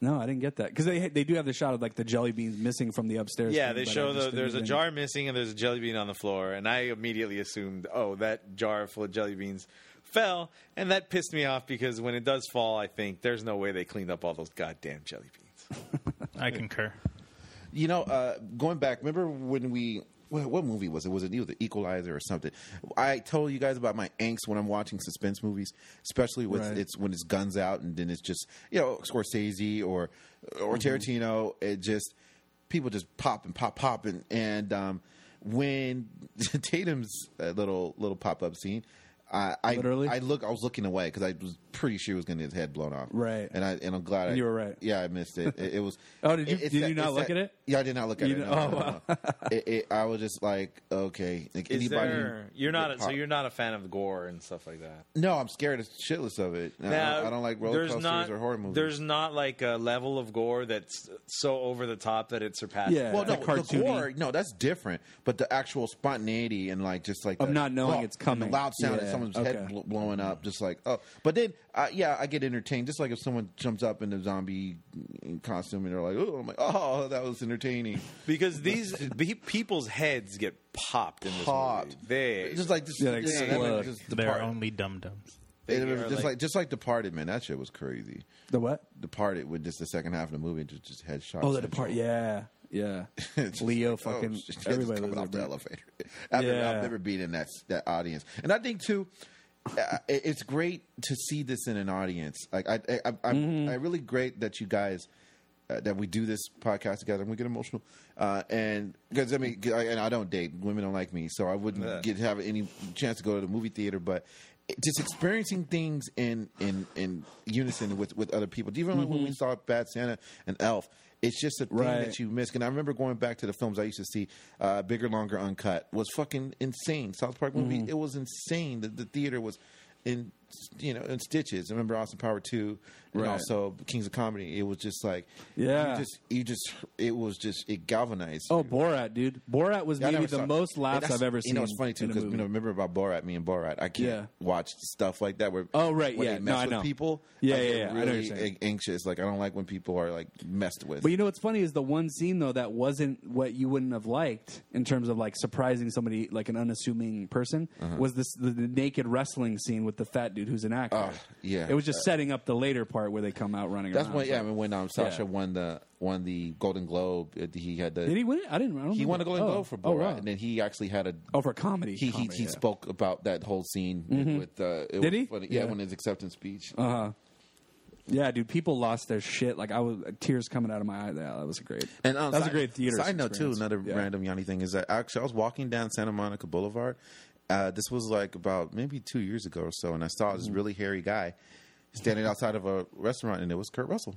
no, I didn't get that because they they do have the shot of like the jelly beans missing from the upstairs. Yeah, thing, they but I show just the, didn't there's a even- jar missing and there's a jelly bean on the floor, and I immediately assumed, oh, that jar full of jelly beans fell, and that pissed me off because when it does fall, I think there's no way they cleaned up all those goddamn jelly beans. I concur. You know, uh, going back, remember when we. What, what movie was it? Was it either Equalizer or something? I told you guys about my angst when I'm watching suspense movies, especially with Right. it's when it's guns out and then it's just you know Scorsese or or Mm-hmm. Tarantino. It just people just pop and pop pop and and um, when Tatum's uh, little little pop up scene, I I, Literally? I look I was looking away because I was pretty sure he was going to get his head blown off. Right. and I and I'm glad I, You were right. Yeah, I missed it. It, it was. Oh, did you- it's did you not it's look at it? yeah, I did not look at You it. know- No, no, oh, no, wow. no. It- it- I was just like, okay, like Is anybody. who there, you're not get so popped- you're not a fan of gore and stuff like that. No, I'm scared as shitless of it. I, Now, don't, I don't like roller there's coasters not- or horror movies. There's not like a level of gore that's so over the top that it surpasses. Yeah. well, the no, the cartoony- gore, no, that's different. But the actual spontaneity and like just like Of the not knowing bump it's and the coming. loud sound Yeah, of someone's okay. head bl- blowing up, just like oh. But then, uh, yeah, I get entertained. Just like if someone jumps up in a zombie costume and they're like, oh, I'm like, oh, that was entertaining. because these pe- people's heads get popped in this Hot, movie. They just like this, Yeah, like, that explode. meant just the They're part- only dum dums. It They was are, just like- like, just like Departed, man. That shit was crazy. The what? Departed with just the second half of the movie, just, just headshots. Oh, the and- depart. Yeah, yeah. It's just Leo, like, oh, fucking shit, just everybody coming was off the there, bro. elevator. I've, never, Yeah. I've never been in that that audience, and I think too, uh, it- it's great to see this in an audience. Like I, I, I, I'm- Mm-hmm. I really great that you guys. Uh, that we do this podcast together and we get emotional, uh, and because I mean, 'cause I- and I don't date women don't like me, so I wouldn't get have any chance to go to the movie theater. But just experiencing things in in in unison with with other people. Do you remember when we saw Bad Santa and Elf? It's just a thing Mm-hmm. Right. that you miss. And I remember going back to the films I used to see, uh, Bigger, Longer, Uncut was fucking insane. South Park movie, Mm. it was insane. The, the theater was in you know in stitches. I remember Austin Power two, and Right. also Kings of Comedy. It was just like Yeah. you just you just it was just it galvanized. Oh, you. Borat, dude. Borat was Yeah, I maybe never the saw it. most And laughs that's- I've ever You seen. know, it's funny too in a because you movie. know, remember about Borat? Me and Borat, I can't Yeah. watch stuff like that where Oh, right, where yeah. they mess No, I with know. people. Yeah, I yeah, get yeah. I know what Really you're saying. a- anxious. Like I don't like when people are like messed with. But you know what's funny is the one scene though that wasn't what you wouldn't have liked in terms of like surprising somebody like an unassuming person Uh-huh. was this the, the naked wrestling scene with the fat dude who's an actor. Ugh, Oh, yeah. Uh, it was just setting up the later part where they come out running. That's around. when yeah. I mean, when um, Sasha Yeah. won the won the Golden Globe, uh, he had the Did he win it? I didn't. I don't he won remember. the Golden oh. Globe for Borat, Oh, wow. and then he actually had a oh for comedy. he Comedy, he, he yeah. Mm-hmm. spoke about that whole scene with uh, Did it was he? funny. Yeah, Yeah. Uh-huh. when his acceptance speech. Yeah, dude, people lost their shit. Like I was tears coming out of my eye. Yeah, that was great. And um, that was side- a great theater. Side note too, experience. another Yeah. random Yanni thing is that actually I was walking down Santa Monica Boulevard. Uh, this was like about maybe two years ago or so, and I saw Mm-hmm. this really hairy guy standing outside of a restaurant, and it was Kurt Russell.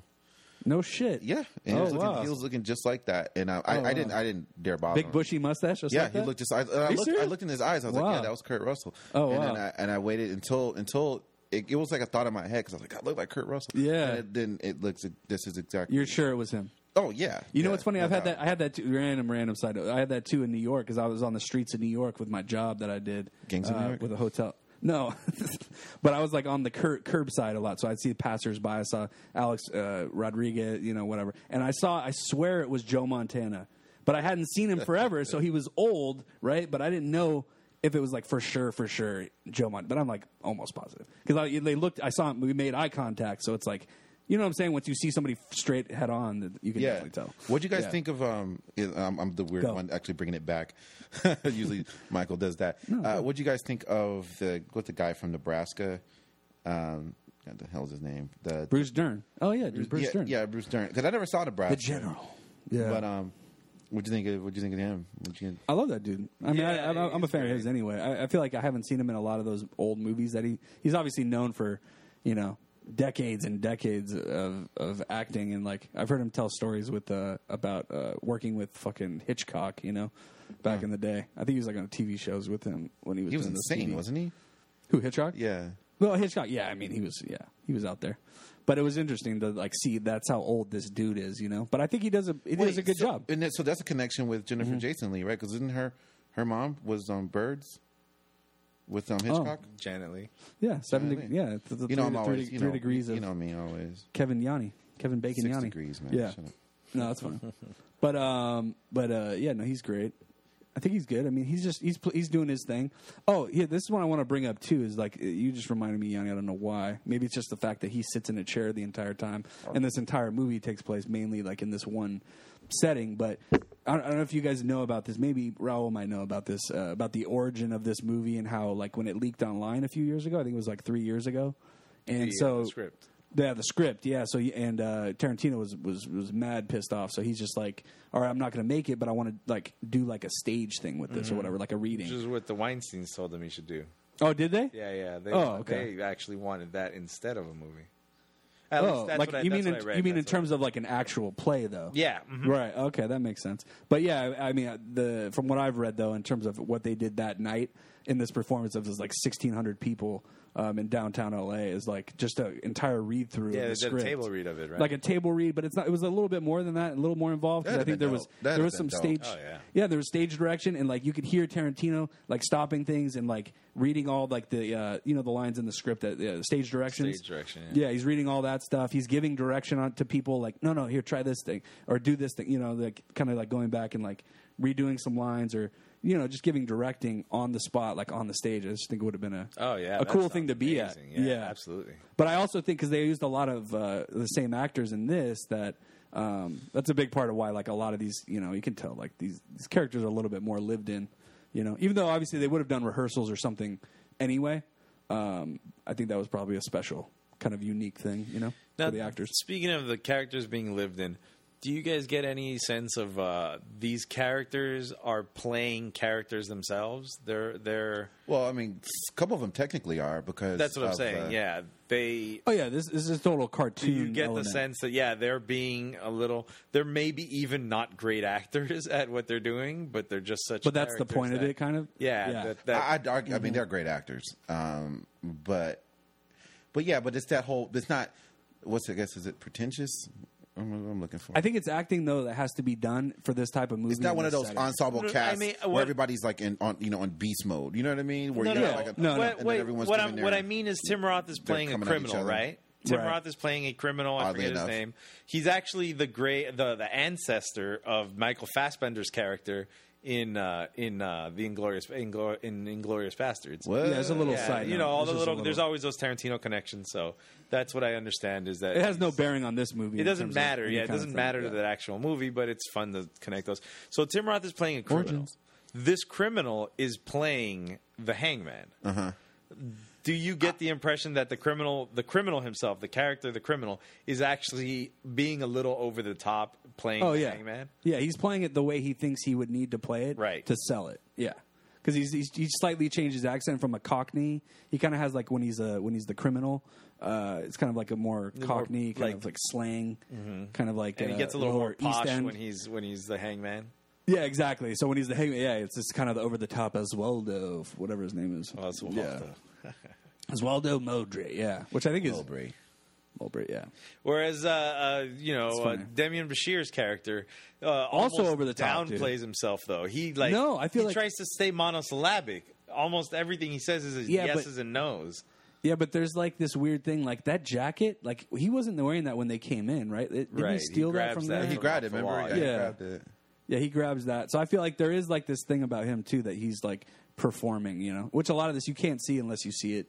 No shit. Yeah, and he, Oh, was looking, wow. he was looking just like that, and I, I, Oh, I wow. didn't I didn't dare bother. Big him. bushy mustache. Or Yeah, something he like looked just. I, and I you looked. I serious? looked in his eyes. I was like, Wow. "Yeah, that was Kurt Russell." Oh, and wow. Then I, and I waited until until it, it was like a thought in my head because I was like, "God, I look like Kurt Russell." Yeah. And then it looks. This is exactly. You're sure it was him. oh yeah. You know Yeah, what's funny? no I've had doubt. that. I had that too, random, random side. note. I had that too in New York because I was on the streets of New York with my job that I did. uh, Gangs of New York? with a hotel. No, but I was like on the cur- curbside a lot, so I'd see passersby. I saw Alex uh, Rodriguez, you know, whatever, and I saw. I swear it was Joe Montana, but I hadn't seen him forever, so he was old, right? But I didn't know if it was like for sure, for sure Joe Montana. But I'm like almost positive because they looked. I saw him. We made eye contact, so it's like. You know what I'm saying? Once you see somebody straight head on, that you can Yeah. definitely tell. What do you guys Yeah. think of? Um, is- I'm, I'm the weird Go. one actually bringing it back. Usually Michael does that. uh, what do you guys think of the what's the guy from Nebraska? Um, what the hell's his name? The Bruce Dern. Oh yeah, dude, Bruce yeah, Dern. yeah, Bruce Dern. Because I never saw Nebraska. the general. Yeah, But um, what do you think? Of, what do you think of him? What'd you, I love that dude. I mean, Yeah, I, I'm, I'm a he's fan of his anyway. I, I feel like I haven't seen him in a lot of those old movies that he he's obviously known for, you know, decades and decades of of acting and like I've heard him tell stories with uh about uh working with fucking Hitchcock, you know, back in the day. I think he was like on TV shows with him when he was Hmm. he was doing those insane, TV wasn't he? Who Hitchcock? Yeah. Well, Hitchcock, yeah, I mean, he was, yeah, he was out there, but it was interesting to like see that's how old this dude is, you know. But I think he does a he does a good so, job. Mm-hmm. And that, so that's a connection with Jennifer Jason Lee, right? Because isn't her her mom was on Birds with um, Hitchcock? Janet Lee. Yeah, seven. Kinda deg thing. yeah, it's Oh. the you three, know, I'm three, always three you know, degrees of you know me always. Kevin Yanni, Kevin Bacon Six Yanni. degrees, man. Yeah, Shut up. no, that's fine. but um, but uh, yeah, no, he's great. I think he's good. I mean, he's just he's pl- he's doing his thing. Oh, yeah, this is one I want to bring up too. Is like uh, you just reminded me, Yanni. I don't know why. Maybe it's just the fact that he sits in a chair the entire time, and this entire movie takes place mainly like in this one setting. But I don't, I don't know if you guys know about this. Maybe Raul might know about this uh, about the origin of this movie and how like when it leaked online a few years ago. I think it was like three years ago. And The, uh, so the script. yeah, the script. Yeah. So he- and uh, Tarantino was was was mad pissed off. So he's just like, all right, I'm not going to make it, but I want to like do like a stage thing with this or whatever, like a reading. Which is what the Weinsteins told them he should do. oh, did they? Yeah, yeah. They, Oh, okay. they actually wanted that instead of a movie. At Oh, least that's like what I, you that's mean what I in, read, you mean in that's what I- terms of like an actual play though? Yeah, mhm. Right. Okay, that makes sense. But yeah, I I mean uh, the from what I've read though, in terms of what they did that night in this performance of this like 1,600 people um, in downtown LA is like just an entire read through. Yeah, of the they did a script. table read of it, right? Like a table read, but it's not. It was a little bit more than that, a little more involved. 'cause I think That'd there have been was dope. That'd there was have some been dope. stage. Oh, yeah. Yeah, there was stage direction, and like you could hear Tarantino like stopping things and like reading all like the uh, you know the lines in the script that uh, stage directions. Stage direction, yeah. Yeah. he's reading all that stuff. He's giving direction on, to people like, no, no, here, try this thing or do this thing. You know, like kind of like going back and like redoing some lines or you know just giving directing on the spot, like on the stage. I just think it would have been a Oh yeah, a that cool sounds thing to be at. amazing. Yeah, absolutely. But I also think because they used a lot of uh, the same actors in this that um, that's a big part of why like a lot of these you know you can tell like these these characters are a little bit more lived in you know even though obviously they would have done rehearsals or something anyway. Um, I think that was probably a special kind of unique thing you know Now, for the actors. Speaking of the characters being lived in, do you guys get any sense of uh, these characters are playing characters themselves? They're they're Well, I mean, a couple of them technically are because that's what I'm of, saying. uh, yeah, they Oh yeah, this, this is total cartoon. you get element. the sense that yeah they're being a little they're maybe even not great actors at what they're doing but they're just such but that's the characters point of that- it, kind of. yeah, That, that, I, I'd argue, I Mm-hmm. mean, they're great actors, um, but but yeah, but it's that whole. It's not. What's I guess is it pretentious? I'm, I'm looking for. I think it's acting though that has to be done for this type of movie. it's not in one of this those setting. ensemble No, I casts mean, what- where everybody's like in on you know on beast mode. You know what I mean? Where no, you no, have like no, a, no. and What, then wait, everyone's what, doing I'm, their- what I mean is Tim Roth is playing a coming at each criminal, other. right? Tim Right. Roth is playing a criminal. I Oddly forget enough. his name. He's actually the great, the the ancestor of Michael Fassbender's character in uh, in uh, the Inglorious Inglo- in Inglorious Bastards. What? Yeah, it's a little Yeah, side. you note. know, all It's the just a little, There's always those Tarantino connections. So that's what I understand is that It has no he's- bearing on this movie. It in doesn't terms of matter. any Yeah, it kind of doesn't thing. matter to Yeah. that actual movie, but it's fun to connect those. So Tim Roth is playing a criminal. Origins. This criminal is playing the hangman. Uh-huh. Do you get the impression that the criminal, the criminal himself, the character, the criminal, is actually being a little over the top playing Oh the yeah, hangman? yeah. He's playing it the way he thinks he would need to play it, Right. To sell it, yeah. Because he's, he's he slightly changed his accent from a Cockney. He kind of has like when he's a when he's the criminal. Uh, it's kind of like a more Cockney kind like- mm-hmm. of like slang, kind of like And uh, he gets a little more lower posh East End. when he's when he's the hangman. yeah, exactly. So when he's the hangman, yeah, it's just kind of the over the top Oswaldo, whatever his name is, Well, that's what yeah. Oswaldo Mowbray, yeah, which I think is Mulberry. Mowbray, yeah. Whereas, uh, uh, you know, uh, funny. Demian Bashir's character uh, also over the top, downplays dude. himself. Though he like No, I feel he like- tries to stay monosyllabic. Almost everything he says is his Yeah, yeses but- and nos. Yeah, but there's like this weird thing, like that jacket. Like he wasn't wearing that when they came in, right? Didn't Right, he he steal that grabs from that them? He grabbed it. Off the Remember? wall, he yeah. grabbed it. Yeah, he grabs that. So I feel like there is like this thing about him too that he's like performing, you know. Which a lot of this you can't see unless you see it.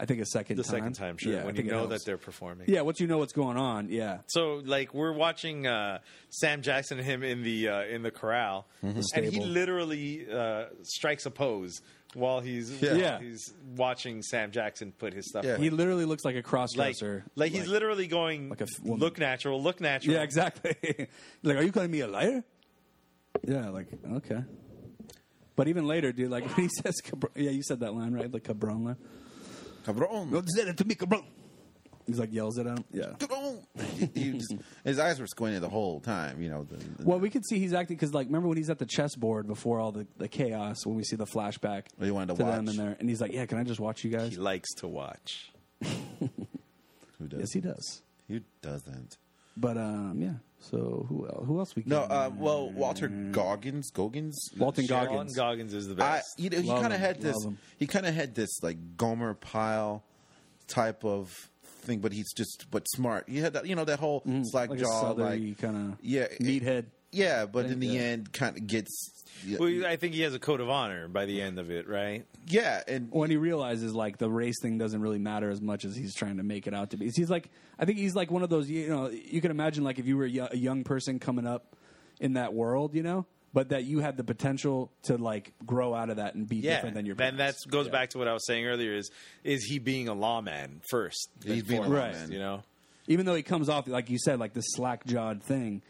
I think a second The time. second time, sure, Yeah, I when you think it know helps. that they're performing. Yeah, once you know what's going on, yeah. So like we're watching uh, Sam Jackson and him in the uh, in the corral, and he Mm-hmm. stable. literally uh, strikes a pose while he's Yeah. while Yeah. he's watching Sam Jackson put his stuff. Yeah. away. He literally looks like a like, crossdresser. like he's literally going like a f- woman. look natural, look natural. Yeah, exactly. like, are you calling me a liar? Yeah, like okay. But even later, dude, like when he says, cabr- "Yeah, you said that line right," the cabron line. Cabron. say that to me, cabron. He's like yells it at him. Yeah. Cabron. He- he just- his eyes were squinted the whole time. You know. The, the- Well, we could see he's acting because, like, remember when he's at the chessboard before all the, the chaos when we see the flashback Oh, you wanted to them watch? in there, and he's like, "Yeah, can I just watch you He guys?" likes to watch. who does? Yes, he does. Who doesn't? But um, yeah. So who else? Who else we? Can? No. Uh, well, Walter Goggins. Goggins. Walton Goggins. Goggins. Goggins is the I, best. you know, he Love kind of him. had this. Love him. He kind of had this like Gomer Pyle type of thing, but he's just but smart. He had that, you know that whole slack like a jaw, southerly like kind of yeah, meathead. yeah. But in the Yeah. end, kind of gets yeah, well, I think he has a code of honor by the end of it, right? yeah, and when he realizes like the race thing doesn't really matter as much as he's trying to make it out to be. He's like, I think he's like one of those. You know, you can imagine like if you were a yo- a young person coming up in that world, you know, but that you had the potential to like grow out of that and be different than your. Then that parents. goes Yeah. back to what I was saying earlier: is is he being a lawman first? Yeah, he's and being a foremost, lawman. You know, Even though he comes off like you said, like this slack jawed thing,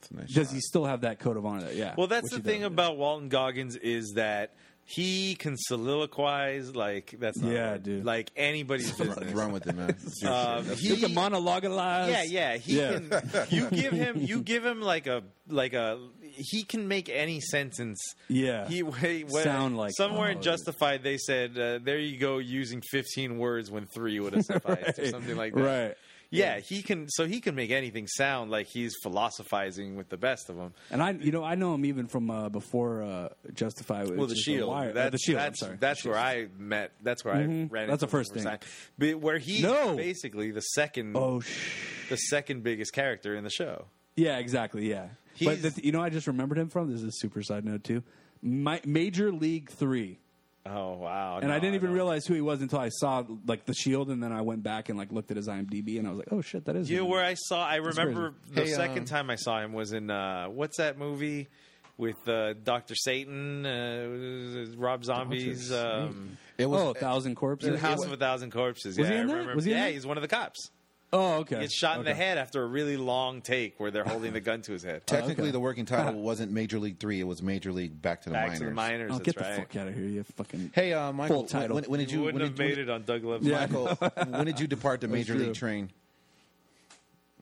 It's a nice does shot. he still have that code of honor? That, yeah. Well, that's Which the he thing doesn't. about Walton Goggins is that he can soliloquize like that's not Yeah, right. dude. like anybody's business. run with it, man? Seriously. Um, You can monologualize. Yeah, yeah. He Yeah. can. You give him. You give him like a like a. He can make any sentence. Yeah. He he- where- Sound like- somewhere in oh. Justified they said uh, there you go using fifteen words when three would have sufficed or something like that. Right. Yeah, he can. So he can make anything sound like he's philosophizing with the best of them. And I, you know, I know him even from uh, before uh, Justify. Well, the shield. Wire, uh, That's, the shield. I'm That's, sorry. Mm-hmm. that's where I met. That's where I ran. That's into the first him thing. But where he No. basically the second Oh sh. the second biggest character in the show. Yeah, exactly. Yeah, He's- but the, you know, I just remembered him from. This is a super side note too. My, Major League Three, Oh wow! and No, I didn't even don't. realize who he was until I saw like the Shield, and then I went back and like looked at his IMDb, and I was like, oh shit, that is. You know him. where I saw? I remember the Hey, second um, time I saw him was in uh, what's that movie with uh, Doctor Satan, uh, Rob Zombie's um, it was oh, a thousand corpses. House of a Thousand Corpses. Was yeah, he in I that? remember. Was he in yeah, that? he's one of the cops. Oh, okay. Gets shot in the Okay. head after a really long take where they're holding the gun to his head. Technically, okay. the working Ah. title wasn't Major League Three; it was Major League Back to the Back Minors. to the minors. Oh, that's get the right. fuck out of here, you fucking. Hey, uh, Michael, Full title. When, when did You you, wouldn't when have did, made it on Doug Love's Yeah. Michael, when did you depart the Major true. League train?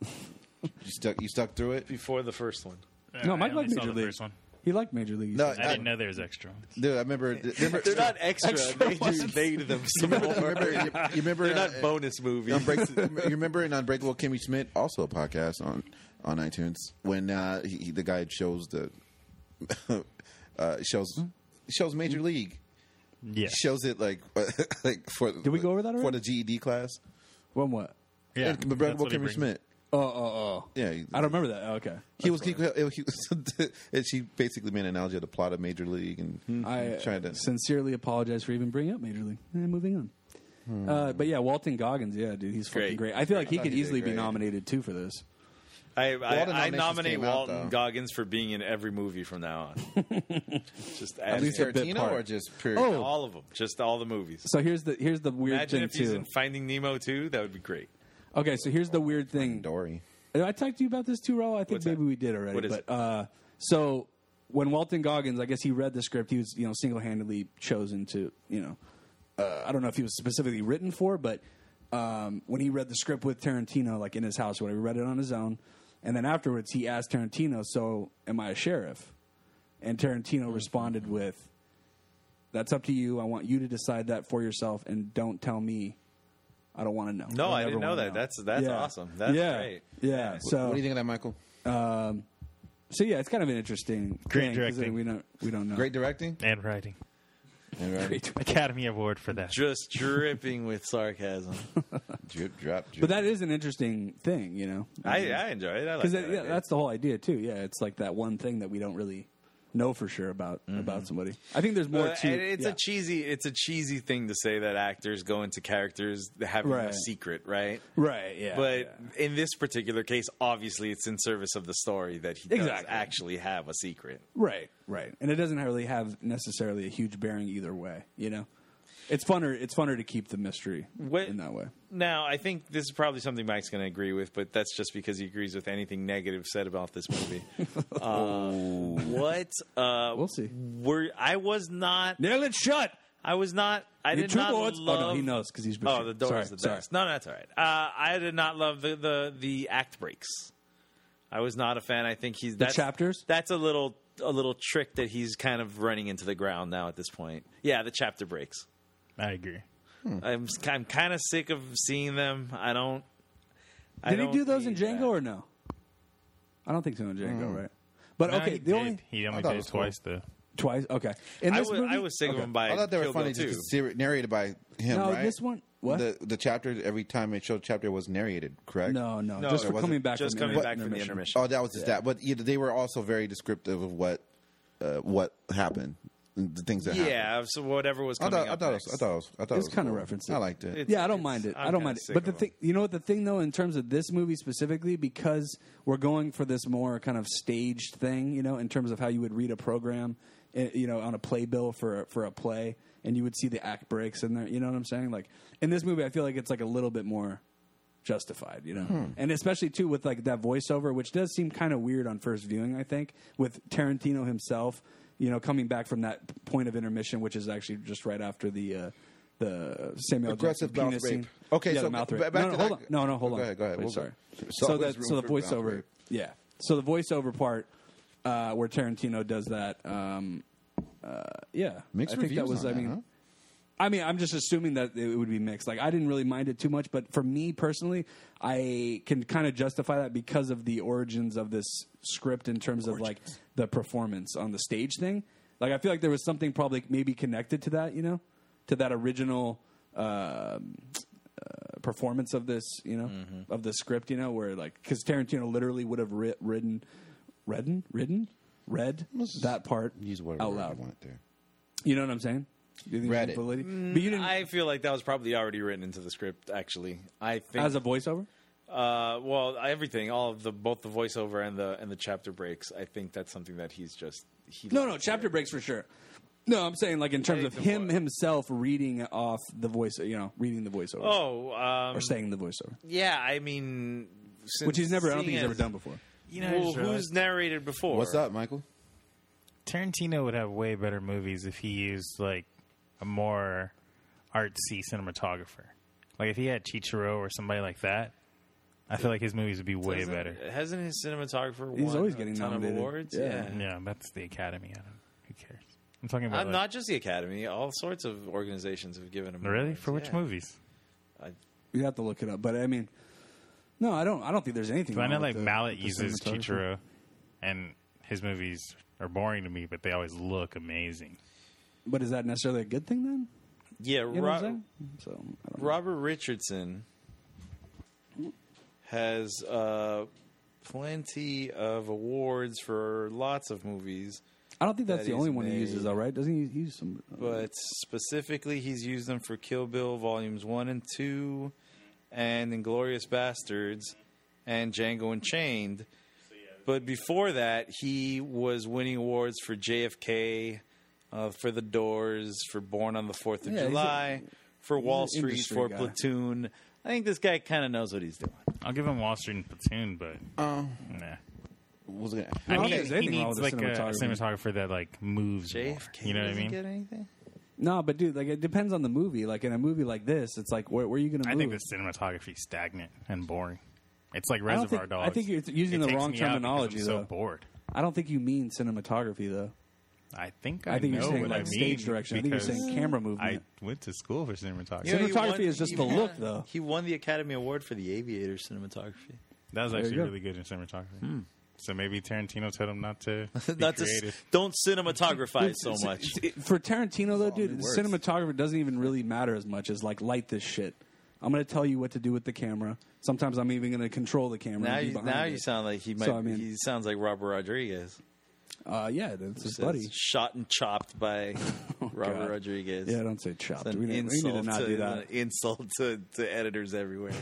You stuck. You stuck through it, before the first one. No, Mike I liked only saw Major the League. first one. He liked Major League. No, Useful. I didn't know there was extra. ones. dude. I remember. remember They're not extra. Extra they just made them. remember, you, you remember They're uh, not bonus movies. Unbreak- you remember in Unbreakable Kimmy Schmidt, also a podcast on on iTunes, when uh, he, he- the guy shows the uh, shows shows Major League Yeah. shows it like like for did we go over that for already? the GED class? When what? yeah. And Unbreakable that's what he Kimmy brings. Schmidt. Oh, oh, oh. Yeah, he, I don't remember that. Oh, okay. he was he, he was, and she basically made an analogy of the plot of Major League and I tried to. sincerely apologize for even bringing up Major League. And moving on. Uh, but yeah, Walton Goggins, yeah, dude, he's fucking Great. great. I feel like he thought could he did easily be great. nominated too for this. I, the I, I nominations nominate came out, Walton though. Goggins for being in every movie from now on. just At add least him. a bit Tarantino part. or just period. Oh. all of them, just all the movies. So here's the here's the weird Imagine if thing he's too. in Finding Nemo too. That would be great. okay, so here's the weird thing. Dory. And I talked to you about this too, Raul. I think What's maybe that? we did already. What is but it? uh so when Walton Goggins, I guess he read the script, he was, you know, single handedly chosen to, you know, uh, I don't know if he was specifically written for, but um, when he read the script with Tarantino, like in his house or whatever, he read it on his own. And then afterwards, he asked Tarantino, So, am I a sheriff? And Mm-hmm. Tarantino responded with, That's up to you. I want you to decide that for yourself and don't tell me. I don't want to know. No, I never didn't know wanna that. That's- that's Yeah. awesome. That's yeah. great. Yeah. So what do you think of that, Michael? so yeah, it's kind of an interesting Great thing, 'cause directing. We don't we don't know. Great directing. And writing. Great directing. Academy Award for that. Just dripping with sarcasm. Drip, drop, drip. But that is an interesting thing, you know. I, I enjoy it. I like because that idea. that's the whole idea too. Yeah, it's like that one thing that we don't really know for sure about Mm-hmm. about somebody. I think there's more Uh, to and it's yeah. a cheesy it's a cheesy thing to say that actors go into characters having a Right. secret right right. Yeah, but yeah. in this particular case obviously it's in service of the story that he does Exactly. actually have a secret right, right, and it doesn't really have necessarily a huge bearing either way. You know, it's funner. It's funner to keep the mystery What- in that way. now i think this is probably something mike's going to agree with but that's just because he agrees with anything negative said about this movie Uh, what uh, We'll see. were i was not Nail it shut. i was not i You did two not lords- love Oh no, he knows because he's. Oh, the door sorry, is the sorry. best. No, no, that's all right. Uh, I did not love the, the the act breaks. I was not a fan. I think he's that's, chapters? That's a little a little trick that he's kind of running into the ground now at this point. Yeah, the chapter breaks. I agree. I'm I'm kind of sick of seeing them. I don't. I Did he don't do those in need Django that. or no? I don't think so in Django, right? But No, okay, he the did. only he I only thought it did was it twice though. twice. Okay, in I this was, movie, I was sick of Okay. him by. I thought they were Kill funny Bill just 'cause too. they were narrated by him. No, right? this one- what? the the chapter every time it showed chapter was narrated, correct? No, no, No, just it for wasn't. coming back. Just from coming inter- back from the intermission. Oh, that was just that. But yeah, they were also very descriptive of what uh, what happened, the things that happened. yeah, so whatever was I coming thought I up thought it next. was, I thought it was, I thought it It's was kinda cool. referenced. I liked it. It's- yeah, I don't it's- mind it. I'm I don't kinda mind it. sick But the of 'em. thing, you know what the thing though, in terms of this movie specifically, because we're going for this more kind of staged thing, you know, in terms of how you would read a program, eh, you know, on a playbill for a- for a play, and you would see the act breaks in there. You know what I'm saying? Like in this movie, I feel like it's like a little bit more justified, you know, Hmm. and especially too with like that voiceover, which does seem kind of weird on first viewing. I think with Tarantino himself, you know, coming back from that point of intermission, which is actually just right after the. Uh, the Samuel Aggressive Jackson mouth penis rape. scene. Okay, yeah, so the mouth b- rape. back no, no, to hold that. on. No, no, hold Go on. ahead, go ahead. Wait, We'll- sorry. there's So always that, so room the for mouth voiceover, rape. yeah. So the voiceover part, uh, where Tarantino does that, um, uh, yeah. Mixed I think that reviews was. on I that, mean, huh? I mean, I'm just assuming that it would be mixed. Like, I didn't really mind it too much, but for me personally, I can kind of justify that because of the origins of this script in terms of like the performance on the stage thing. Like, I feel like there was something probably maybe connected to that, you know, to that original um, uh, performance of this, you know, Mm-hmm. of the script, you know, where like because Tarantino literally would have writ- written, written, written, read that part Use whatever out word loud. you want there. You know what I'm saying? You think Read there's it. validity? But you didn't Mm, I feel like that was probably already written into the script. Actually, I think as a voiceover. Uh, well, everything, all of the both the voiceover and the and the chapter breaks. I think that's something that he's just he No, likes no, chapter breaks for sure. No, I'm saying like in terms Take of the him voice. himself reading off the voice, you know, reading the voiceover Oh, um, or saying the voiceover, yeah. I mean, since which he's never. I don't think he's seeing ever as- done before. You know, I Well, just realized- who's narrated before? What's up, Michael? Tarantino would have way better movies if he used like a more artsy cinematographer. Like if he had Chichiro or somebody like that, I feel like his movies would be way Hasn't- better. Hasn't his cinematographer? He's won always a getting ton nominated. of awards. Yeah. Yeah, Yeah, that's the Academy. I don't. Who cares? I'm talking about Uh, like, not just the Academy. All sorts of organizations have given him. really awards, for which yeah. movies? I, You have to look it up, but I mean, no, I don't. I don't think there's anything. But I wrong know with like the- Mallet with the uses cinematography. Chichiro, and his movies are boring to me, but they always look amazing. but is that necessarily a good thing then? yeah, You know what I'm Ro- saying? So I don't know. Robert Richardson has uh, plenty of awards for lots of movies, I don't think that's that the he's only one he made. uses, though, right? Doesn't he use some? but specifically, he's used them for Kill Bill Volumes One and Two, and Inglorious Bastards, and Django Unchained. But before that, he was winning awards for JFK, uh, for The Doors, for Born on the Fourth of Yeah, he's a- July, for Wall an Street, industry for guy. Platoon. I think this guy kind of knows what he's doing. I'll give him Wall Street and Platoon, but Oh. Um, nah. was it? I don't mean, think there's he anything wrong needs with like the a a cinematography. cinematographer that like moves. more. JFK, you know what I doesn't mean? Get anything? No, but dude, like it depends on the movie. Like in a movie like this, it's like where, where are you going to I move? think the cinematography is stagnant and boring. It's like I don't Reservoir think- Dogs. I think you're using It the takes wrong me out because terminology, I'm so though. bored. I don't think you mean cinematography though. I think I, I think you're know saying what like I mean stage direction. I think you're because saying camera movement. I went to school for cinematography. You know, Cinematography is just the look, though. He won the Academy Award for the Aviator cinematography. that was you actually go. Hmm. really good in cinematography. So maybe Tarantino told him not to be Not to, creative. s- don't cinematographize so much. It- for Tarantino though, dude, it the works. cinematographer doesn't even really matter as much as like light this shit. I'm going to tell you what to do with the camera. Sometimes I'm even going to control the camera. Now and be you, behind now it. you sound like he might. So, I mean- he sounds like Robert Rodriguez. Uh, yeah, that's his Says, buddy. shot and chopped by Robert Oh, God. Rodriguez. Yeah, don't say chopped. It's an We need, we need insult to not to, do that. an insult to, to editors everywhere.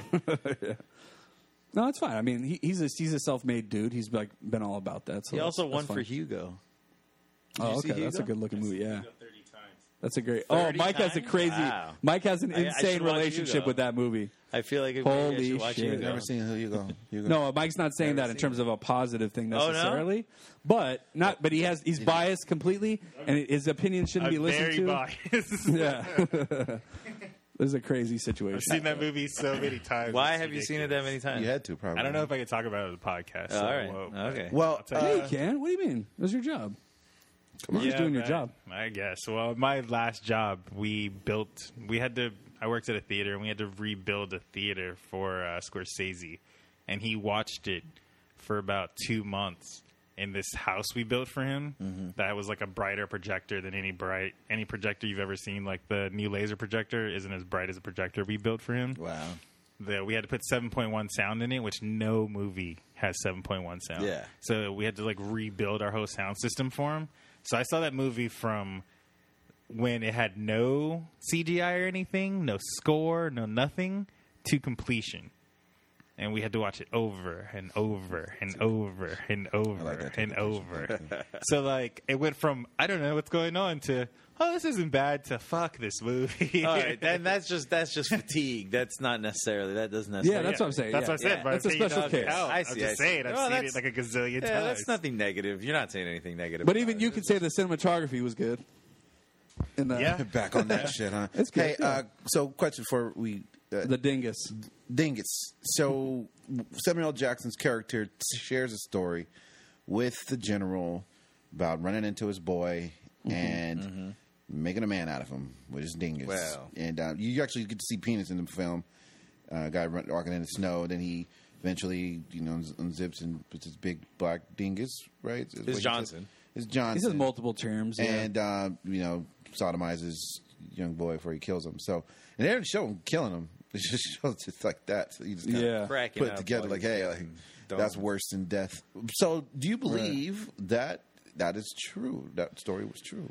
No, it's fine. I mean, he, he's a he's a self made dude. He's like been all about that. So he that's- also that's won fine. for Hugo. Did Oh, you okay, see that's a Hugo? good looking movie. Yeah, Thirty times. that's a great. Oh, 30 Mike has a times? crazy. Wow. Mike has an I- I insane should watch relationship Hugo. with that movie. I feel like it Holy maybe I should watch shit. I've Hugo. never seen who you go. Hugo. No, Mike's not saying Never that in seen terms of a positive thing Oh, no? necessarily, but not. But he has. He's biased completely, and his opinion shouldn't be I'm listened very to. biased. Yeah, this is a crazy I've situation. seen that movie so many times. Why It's have you seen it that ridiculous. many times? you had to probably. I don't know if I could talk about it on the podcast. so All I right. won't, but- okay. Well, tell Yeah, uh, you can. What do you mean? It was your job. Come Yeah, doing your but- job. I guess. Well, my last job, we built. We had to. I worked at a theater, and we had to rebuild a theater for uh, Scorsese, and he watched it for about two months in this house we built for him. Mm-hmm. That was like a brighter projector than any bright any projector you've ever seen. Like the new laser projector isn't as bright as a projector we built for him. Wow. The, we had to put 7.1 sound in it, which no movie has 7.1 sound. Yeah. So we had to like rebuild our whole sound system for him. So I saw that movie from when it had no CGI or anything, no score, no nothing to completion. And we had to watch it over and over and over and over that and over. so like it went from I don't know what's going on to oh this isn't bad to fuck this movie. All right, then that's just that's just fatigue. That's not necessarily that doesn't Yeah, necessarily. that's what I'm saying. yeah. That's what I said. Yeah. but I'm That's a saying, you know, special it's case. out. I I'm see, I just see. saying. I've Well, seen that's- it like a gazillion Yeah, times. that's nothing negative. You're not saying anything negative. But about even it. you could say the cinematography was good. In the, Yeah. back on that shit, huh? It's good, Hey, yeah. uh, so question for we uh, the dingus. Dingus. So Samuel L. Jackson's character t- shares a story with the general about running into his boy Mm-hmm, and making a man out of him with his dingus. Wow. And uh, you actually get to see penis in the film. Uh, guy run, walking in the snow, then he eventually, you know, unz- unzips and puts his big black dingus. Right? Is what he said? Johnson. It's Johnson He says multiple terms. Yeah. and uh, you know sodomizes young boy before he kills him. So and they don't show him killing him. It just shows just like that. So you just kinda Yeah. Cracking put it up together like like, hey, like, fucking dumb. that's worse than death. So do you believe that that is true? That story was true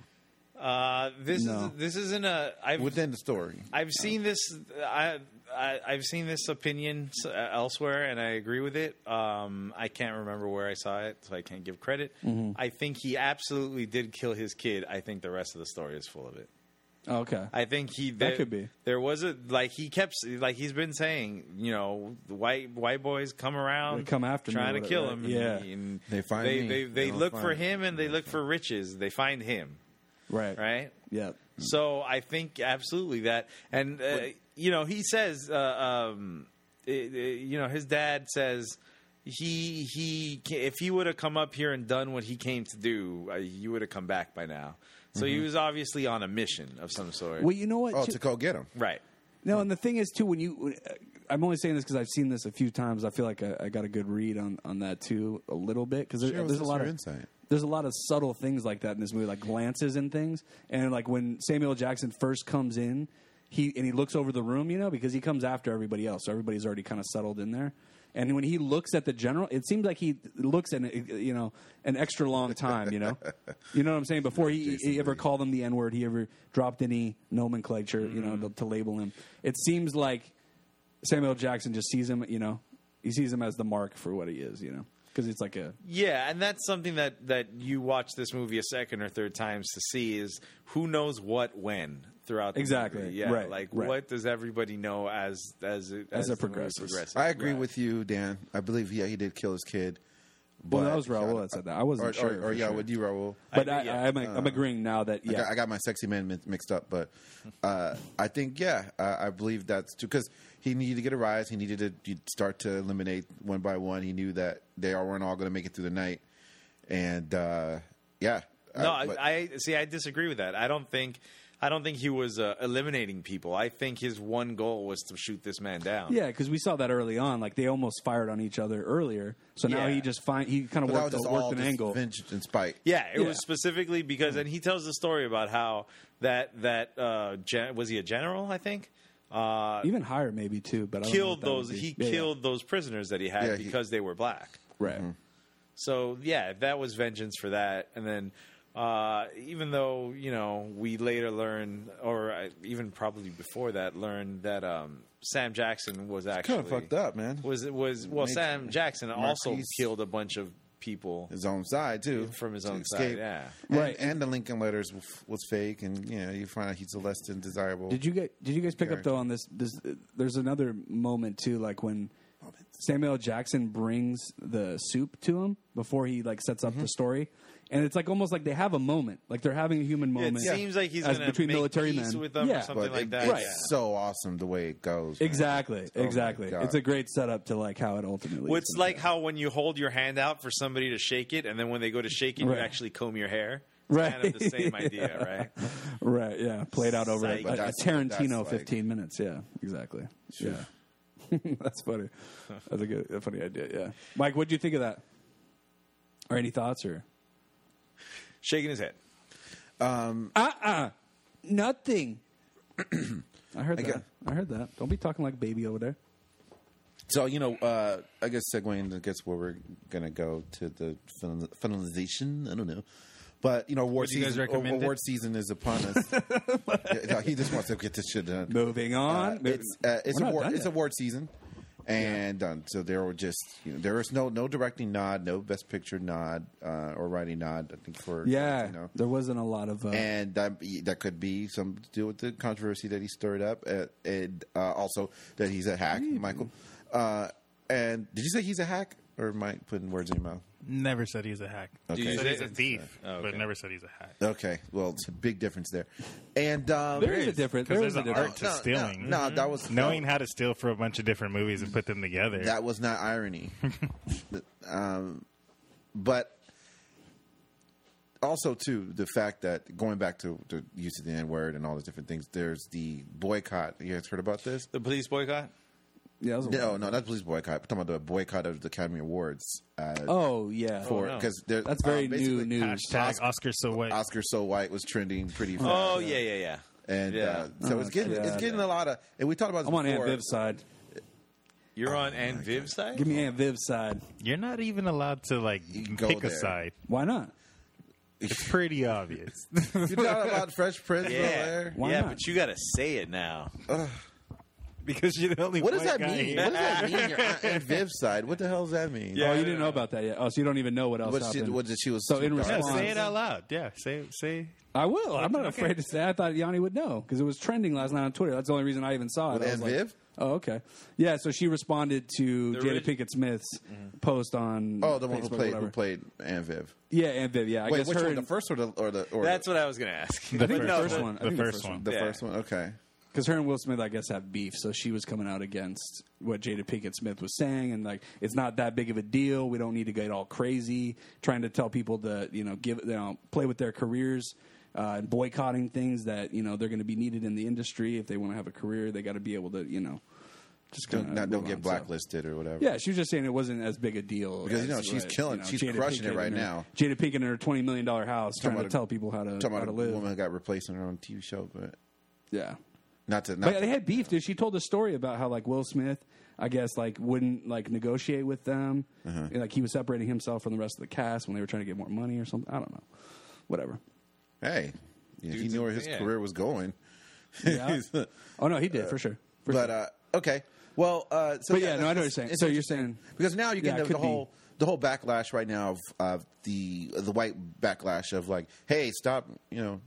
Uh, this No. is this isn't a. I've within the story. I've seen this. I I, I've seen this opinion s- uh, elsewhere, and I agree with it. Um, I can't remember where I saw it, so I can't give credit. Mm-hmm. I think he absolutely did kill his kid. I think the rest of the story is full of it. Oh, Okay. I think he That there- could be. There was a like he kept like he's been saying, you know, the white white boys come around, They come after me, trying to what- kill right, him. yeah. and, and They find they me. they, They they, don't look for find me. him and they look for riches. They find him, right. right? Yep. So I think absolutely that, and uh, you know, he says, uh, um, it, it- you know, his dad says he he ca- if he would have come up here and done what he came to do, uh, you would have come back by now. So Mm-hmm. he was obviously on a mission of some sort, Well, you know what? Oh, too- to go get him. right? No, and the thing is too when you, I'm only saying this because I've seen this a few times. I feel like I, I got a good read on on that too, a little bit because Share with there's a us lot your of insight. there's a lot of subtle things like that in this movie, like glances and things. And like when Samuel L. Jackson first comes in, he and he looks over the room, you know, because he comes after everybody else, so everybody's already kind of settled in there. And when he looks at the general, it seems like he looks at it, you know an extra long time, you know, you know what I'm saying. Before he, he ever called him the N word, he ever dropped any nomenclature, you know, to, to label him. It seems like Samuel L. Jackson just sees him, you know, he sees him as the mark for what he is, you know, because it's like a Yeah, and that's something that that you watch this movie a second or third times to see is who knows what when throughout the Exactly, movie. Yeah, right, like right. what does everybody know as as it, As it the movie progresses. I agree Right. with you, Dan. I believe yeah, he did kill his kid. But Well, that was Raul that said that. I wasn't or, sure Or, or for yeah, sure. with you, Raul. But I, yeah. I, am I'm agreeing now that I yeah, got, I got my sexy man mi- mixed up, but uh, I think yeah, uh, I believe that's true because he needed to get a rise. He needed to he'd start to eliminate one by one. He knew that they all weren't all going to make it through the night, and uh, yeah, No, Uh, I, I, but- I see. I disagree with that. I don't think. I don't think he was uh, eliminating people. I think his one goal was to shoot this man down. yeah, because we saw that early on. Like they almost fired on each other earlier, so now Yeah. he just find he kind of but that was worked, just all worked an just angle. vengeance and spite. Yeah, it Yeah. was specifically because, and he tells the story about how that that uh, gen- was he a general? I think uh, Even higher, maybe too. But I don't know killed what that would those. be. He Yeah, yeah. killed those prisoners that he had Yeah, he- because they were black. right. So yeah, that was vengeance for that. And then uh, even though you know we later learn, or uh, even probably before that, learned that um, Sam Jackson was actually Kind of fucked up, man. Was it was well? Made- Sam Jackson also Marquise. killed a bunch of people. His own side too, From his to own side, yeah. And- Right. And the Lincoln letters w- was fake, and you know you find out he's a less than desirable. Did you get? Did you guys pick up though on this? This uh, there's another moment too, like when Samuel Jackson brings the soup to him before he like sets up the story, and it's like almost like they have a moment, like they're having a human It moment. seems like he's as going to between make military peace men. with them yeah. or something But like it- that. It's Right. Yeah. so awesome the way it goes. man. Exactly, Oh my exactly. God. It's a great setup to like how it ultimately. Well, it's ends like up. how when you hold your hand out for somebody to shake it, and then when they go to shake it, Right. you actually comb your hair. It's Right. Kind of the same idea, right? Right, yeah. Played out over a, Psych. But a that's- Tarantino that's like- 15 minutes. Yeah, exactly. Yeah. that's funny. That's a good, a funny idea. Yeah. Mike, what do you think of that? Or any thoughts or? Shaking his head. Nothing. I heard I that. got- I heard that. Don't be talking like a baby over there. So you know, uh, I guess segueing, I guess where we're gonna go to the fin- finalization. I don't know, but you know, award Would you guys season. recommend it? Award season is upon us. Yeah, no, he just wants to get this shit done. Moving on. Uh, it's uh, it's We're not award done it's yet. award season, and done. So there were just you know, there was no no directing nod, no best picture nod uh, or writing nod. I think for Yeah, you know. there wasn't a lot of. Uh, and that that could be some to do with the controversy that he stirred up, uh, and uh, also that he's a hack, Michael. Uh, and did you say he's a hack, or am I putting words in your mouth? Never said he's a hack. Okay. Said he's Did you- a thief, Oh, okay. but never said he's a hack. Okay, well, it's a big difference there. And um, Oh, there is a difference. There there's is a an difference. art to stealing. No, that was Knowing how to steal for a bunch of different movies and put them together. That was not irony. um, but also, too, the fact that going back to the use of the N word and all those different things, there's the boycott. You guys heard about this? The police boycott. Yeah, it was a No, no, not police boycott. We're talking about the boycott of the Academy Awards uh, Oh yeah, for no. because there that's very new uh, basically, news. Hashtag Oscar so white. Oscar so white was trending pretty fast. Oh yeah, yeah, yeah. and yeah. uh, so it's getting it's Oh, God. getting a lot of. And we talked about this I'm on Aunt before. Viv's side. You're on and Viv's side. Give me Aunt Viv's side. You're not even allowed to like can go pick a there. side. Why not? It's pretty obvious. You talked about Fresh Prince. yeah, earlier. Why yeah, not? but you got to say it now. because you're the only What does white that guy mean? here. What does that mean? Your aunt and Viv's side. What the hell does that mean? Yeah. oh, you didn't know about that yet. Oh, so you don't even know what else What she, happened. what did she was So in dark. Yeah, response- say it out loud. Yeah, say say. I will. I'm not Okay. afraid to say. I thought Yanni would know because it was trending last night on Twitter. That's the only reason I even saw it. With I was Aunt like, Viv? Oh, okay. Yeah, so she responded to The Jada orig- Pinkett Smith's post on Mm-hmm. Oh, the one who Facebook, played whatever. who played Aunt Viv. Yeah, Aunt Viv. Yeah, I Wait, guess which her one? The and- first or the or the or That's what I was going to ask. I think But the no, first the- one. I the think first one. the Yeah. first one? Okay. because her and Will Smith, I guess, have beef. So she was coming out against what Jada Pinkett Smith was saying, and like, it's not that big of a deal. We don't need to get all crazy trying to tell people to, you know, give, you know, play with their careers uh, and boycotting things that you know they're going to be needed in the industry if they want to have a career. They got to be able to, you know, just Don't, kinda move not, don't on, get so. blacklisted or whatever. Yeah, she was just saying it wasn't as big a deal Because, you as know, she's what, killing- she's crushing it Pinkett right and her- now. Jada Pinkett in her twenty million dollar house, trying to about a- tell people how to Talking how about to a live. woman who got replaced in her own TV show, but Yeah, not to not But they had beef, dude. She told a story about how like Will Smith, I guess, like wouldn't like negotiate with them. Uh-huh. And, like he was separating himself from the rest of the cast when they were trying to get more money or something. I don't know. Whatever. hey, yeah, he Dude's knew where a his man. career was going. Yeah. oh no, he did for sure. For but sure. uh, okay, well, uh, so but yeah, no, I know what you're saying. it's So you're saying because now you Yeah, get it the could whole the whole backlash right now of uh, the the white backlash of like, hey, stop, you know,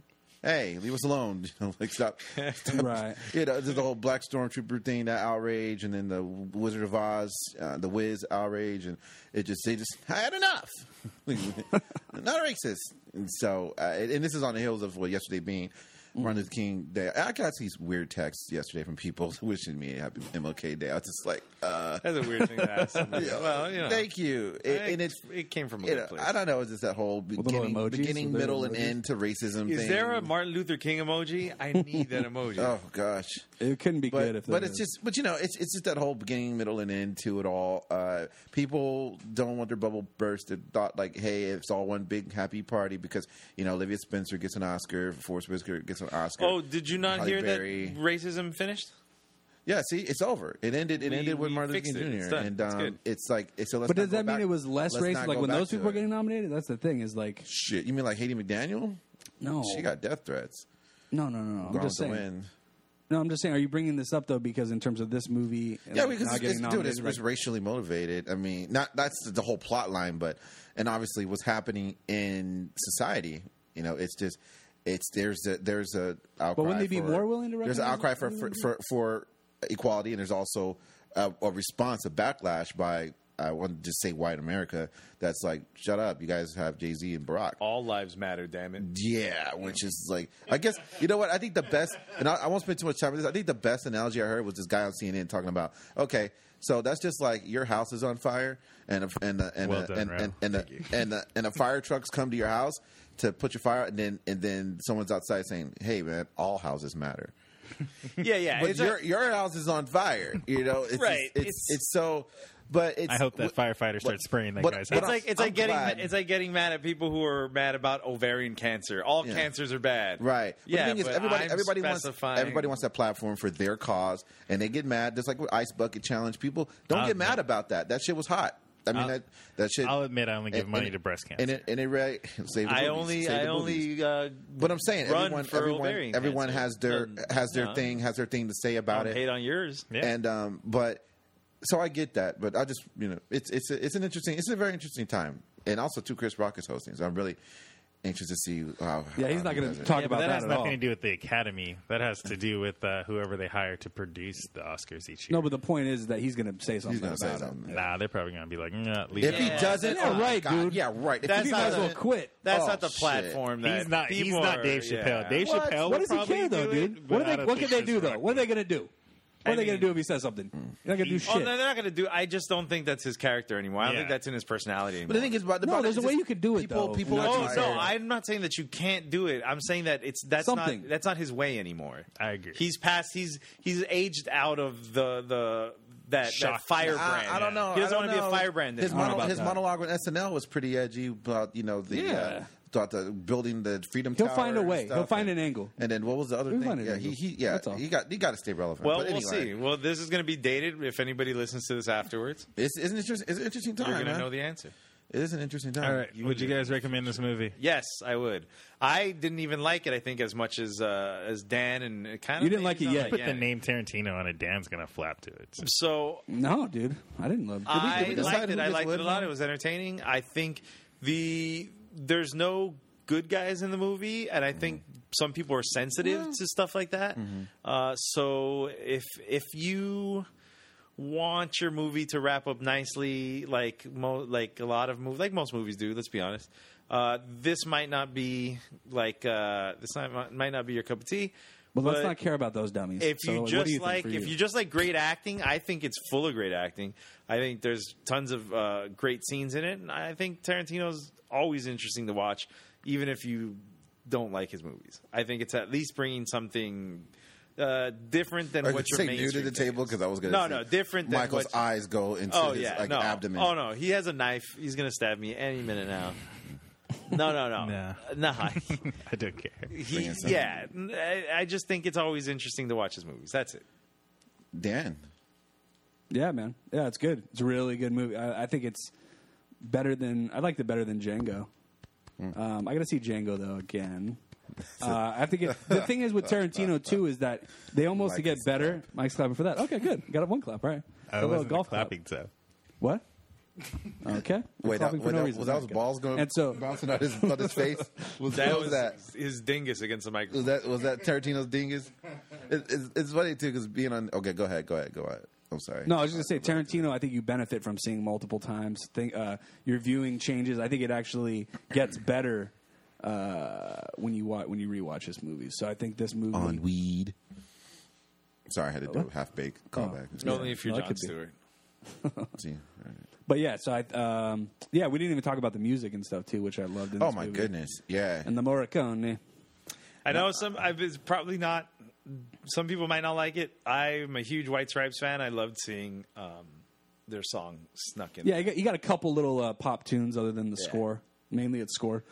hey, leave us alone, you know, like stop, stop. Right. You know, there's the whole black stormtrooper thing that outrage, and then the Wizard of Oz, uh, the Wiz outrage, and it just they just I had enough, not racist. And so, uh, and and this is on the heels of well, yesterday being. Martin Luther King Day. I got these weird texts yesterday from people wishing me a happy MLK Day. I was just like, uh, That's a weird thing to ask. somebody. yeah. well, you know, Thank you. It, I- and it's it came from a you good know, place. I don't know. It's just that whole little beginning, emojis, beginning, the little middle, emojis. and end to racism. Is thing. there a Martin Luther King emoji? I need that emoji. Oh gosh. it couldn't be good But, if but there it's was. just but you know it's it's just that whole beginning middle and end to it all. Uh, people don't want their bubble burst. They thought like, hey, it's all one big happy party because you know Olivia Spencer gets an Oscar, Forrest Whitaker gets an Oscar. Oh, did you not Halle hear Berry. that racism finished? yeah. See, it's over. It ended. It We- ended with we Martin Luther fixed King it. It's Jr. done. and It's um, good. it's like so. Let's But not does go that mean back- it was less let's racist? not Like go when back those to people were it. getting nominated? That's the thing. Is like shit. You mean like Haiti McDaniel? no, She got death threats. no, no, no, no. Oh. I'm Gone just with the saying. wind. No, I'm just saying. Are you bringing this up though? Because in terms of this movie, and, Yeah, like, because not it's, getting it's, dude, nominated, it's, like- it's racially motivated. I mean, not that's the whole plot line, but and obviously what's happening in society. You know, it's just it's there's a there's a outcry. But wouldn't they be more willing to There's an recognize outcry it? for for, for for equality, and there's also a, a response, a backlash by I want to just say white America. That's like, shut up, you guys have Jay Z and Barack. All lives matter, damn it. Yeah, which is like, I guess you know what? I think the best, and I, I won't spend too much time on this. I think the best analogy I heard was this guy on CNN talking about, okay, so that's just like your house is on fire, and a, and a, and Well a, done, and, Ralph. and and a, and a, and a fire trucks come to your house to put your fire, out, and then and then someone's outside saying, hey man, all houses matter. Yeah, yeah. But it's your a- your house is on fire, you know. It's just- Right, it's, it's it's- so. But it's I hope that wh- firefighter starts spraying that what- guy's house. what it's like it's I'm like getting glad. it's like getting mad at people who are mad about ovarian cancer. All Yeah. cancers are bad, Right. But Yeah, the thing is, but everybody, I'm everybody wants specifying- everybody wants that platform for their cause, and they get mad. Just like with Ice Bucket Challenge, people don't Uh, I'll get mad admit- about that. That shit was hot. I mean, I'll- that that shit. I'll admit I only give and- money and- to breast cancer. And it, and it re- save the I movies, only save the I movies. only uh, But I'm saying run everyone for everyone ovarian everyone cancer. has their Um, has their no. thing has their thing to say about Don't it. hate on yours. Yeah. And um, but so I get that, but I just you know it's it's a, it's an interesting it's a very interesting time, and also too Chris Rock is hosting, so I'm really anxious to see how. yeah, he's how not he going does to it. talk Yeah, but about that, that, has at nothing all. to do with the Academy. That has to do with uh, whoever they hire to produce the Oscars each year. No, but the point is that he's going to say something He's going to about say it. something. nah, they're probably gonna be like, nah, leave If it he alone. doesn't, Yeah, oh my right, God, dude. Yeah, right. If That's he You might not as a- well quit. That's Oh, not the shit. platform that He's not. He's people not are- Dave yeah. Chappelle. Dave What? Chappelle. what would does he probably care though, do dude? it, what but are I they? don't What can think they do Chris though? Rock What are would. they going to do? What I are they going mean- to do if he says something? They're not going to do Oh, no, shit. they're not gonna do. I just don't think that's his character anymore. I don't Yeah. think that's in his personality anymore. But the thing is, about the No, about there's it, a way just you could do it, People, though. people. Not are Oh just- no! tired. I'm not saying that you can't do it. I'm saying that it's that's Something. not that's not his way anymore. I agree. He's past. He's he's aged out of the the that, that Shock. firebrand. I, I don't know. He doesn't I don't want to be a know. firebrand. His, anymore. I don't know mono- about his that. monologue on SNL was pretty edgy about you know the uh, Yeah. about the building the Freedom He'll Tower. find a and way. stuff. He'll find And- an angle. And then what was the other He'll thing? find an Yeah, he, angle. he yeah That's all. he got he got to stay relevant. well, But we'll see. anyway, Well, this is going to be dated. If anybody listens to this afterwards, It's, it's an interesting. It's an interesting time. you're going to man. know the answer. It is an interesting time. All right. You would you would- guys recommend this movie? Yes, I would. I didn't even like it. I think as much as uh, as Dan and it kind of You didn't like it I'm yet. Put yeah. the name Tarantino on it. Dan's gonna flap to it. So No, dude, I didn't love. Did I we liked decide it. who I gets liked it what a lot. now? It was entertaining. I think the there's no good guys in the movie, and I think some people are sensitive to stuff like that. Uh, so if if you want your movie to wrap up nicely, like mo- like a lot of movies, like most movies do. Let's be honest. Uh, this might not be like uh, this might, might not be your cup of tea. Well, but- let's not care about those dummies. if So, you what do just think like for if you just like great acting, I think it's full of great acting. I think there's tons of uh, great scenes in it, and I think Tarantino's always interesting to watch, even if you don't like his movies. I think it's at least bringing something uh, different than I what could your say new to mainstream the thing table is. because I was going no no different than Michael's what you- eyes go into oh his yeah like no abdomen. oh no he has a knife he's gonna stab me any minute now. No, no, no, Nah. nah. I don't care. He, Bringing some- yeah, I, I just think it's always interesting to watch his movies. That's it. Dan, yeah, man, yeah, it's good. It's a really good movie. I, I think it's better than I liked it better than Django. Hmm. Um, I got to see Django though again. Uh, I have to get the thing is with Tarantino too is that they almost to get Mike's better. Mike's clapping for that. Okay, good. Got one clap, all right? I A little wasn't golf clap. clapping so. What? Okay. I'm wait, that, clapping for wait, no that- reason. was that was Okay. balls going And so- bouncing out his, out his face? Was That what was was that? his dingus against the microphone. Was that was that Tarantino's dingus? It, it's, it's funny too because being on. Okay, go ahead, go ahead, go ahead. I'm sorry. No, I was just gonna say Tarantino. I think you benefit from seeing multiple times. Think uh, your viewing changes. I think it actually gets better uh, when you watch when you rewatch his movies. So I think this movie. on weed. Sorry, I had to do a half baked Oh. callback. Only if you're Well, it John could be. Stewart. See, all right. But yeah, so I um, yeah we didn't even talk about the music and stuff too, which I loved. In Oh this my movie. goodness! Yeah, And the Morricone. I know some. I've, it's probably not. Some people might not like it. I'm a huge White Stripes fan. I loved seeing um, their song snuck in. Yeah, you got, you got a couple little uh, pop tunes other than the Yeah. score. Mainly it's score.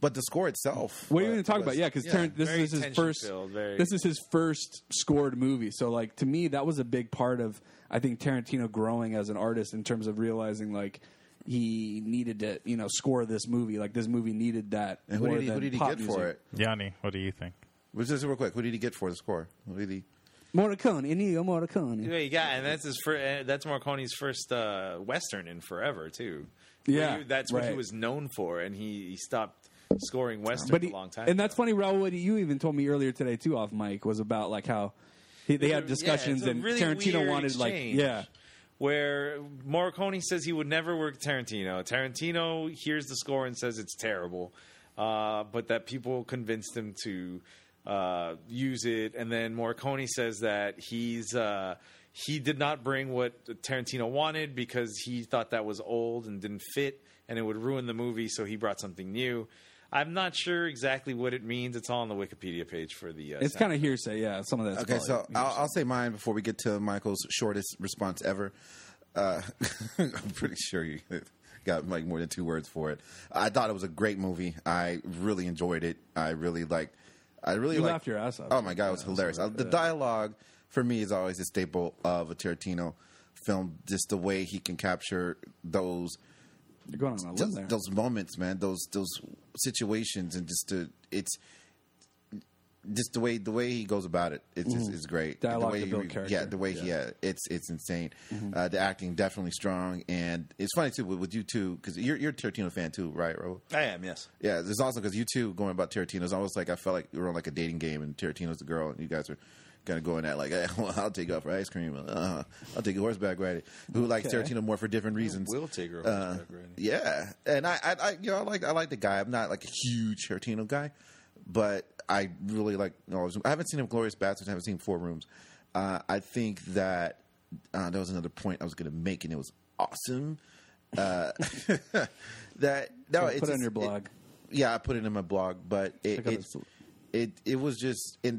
but the score itself. uh, What are you going was- to talk about? was- Yeah, because this very is his first. tension-filled, very- This is his first scored movie. So, like to me, that was a big part of I think Tarantino growing as an artist in terms of realizing like he needed to you know score this movie. Like this movie needed that. And who more did he, who than did he pop get music. for it? Yanni, what do you think? Well, Just real quick, who did he get for the score? Who did he? Morricone, Ennio Morricone. Yeah, you got, and that's his first. Uh, that's Marconi's first uh, Western in forever too. Yeah, He- that's what he right. was known for, and he, he stopped scoring Western But he, a long time. and that's ago. funny, Raul. What you even told me earlier today too, off mic, was about like how he, they It's a- had yeah, discussions it's a and really Tarantino weird wanted exchange. like yeah. Where Morricone says he would never work with Tarantino. Tarantino hears the score and says it's terrible, uh, but that people convinced him to uh, use it. And then Morricone says that he's uh, he did not bring what Tarantino wanted because he thought that was old and didn't fit, and it would ruin the movie. So he brought something new. I'm not sure exactly what it means. It's all on the Wikipedia page for the. Uh, It's kind of hearsay, yeah. Some of that's Okay, probably so I'll, hearsay. I'll say mine before we get to Michael's shortest response ever. Uh, I'm pretty sure you got like more than two words for it. I thought it was a great movie. I really enjoyed it. I really like. I really You liked- laughed your ass off. Oh my god, it was hilarious. Uh, The dialogue for me is always a staple of a Tarantino film. Just the way he can capture those You're going on a limb those, there. those moments, man, those those situations, and just to it's just the way the way he goes about it. It's is is great. the Mm-hmm. Dialogue way to he build re- character. Mm-hmm. Yeah, the way he yeah, it's it's insane. Uh, the acting definitely strong, and it's funny too with, with you too because you're you're a Tarantino fan too, right, Robo? I am yes. Yeah, it's awesome because you two going about Tarantino's almost like I felt like we were on like a dating game and Tarantino's the girl and you guys are kind of going at like, eh, well, I'll take you out for ice cream, uh, I'll take you horseback riding. Who likes Okay. Tarantino more for different reasons? will take her Uh, horseback riding. Yeah, and I, I, I, you know, I like I like the guy. I'm not like a huge Tarantino guy, but I really like. You know, I haven't seen him Glorious Bastards. I haven't seen Four Rooms. Uh, I think that uh, that was another point I was going to make, and it was awesome. Uh, that no, So it's put it on just- your blog. yeah, I put it in my blog, but it Check out it, his- it it was just it,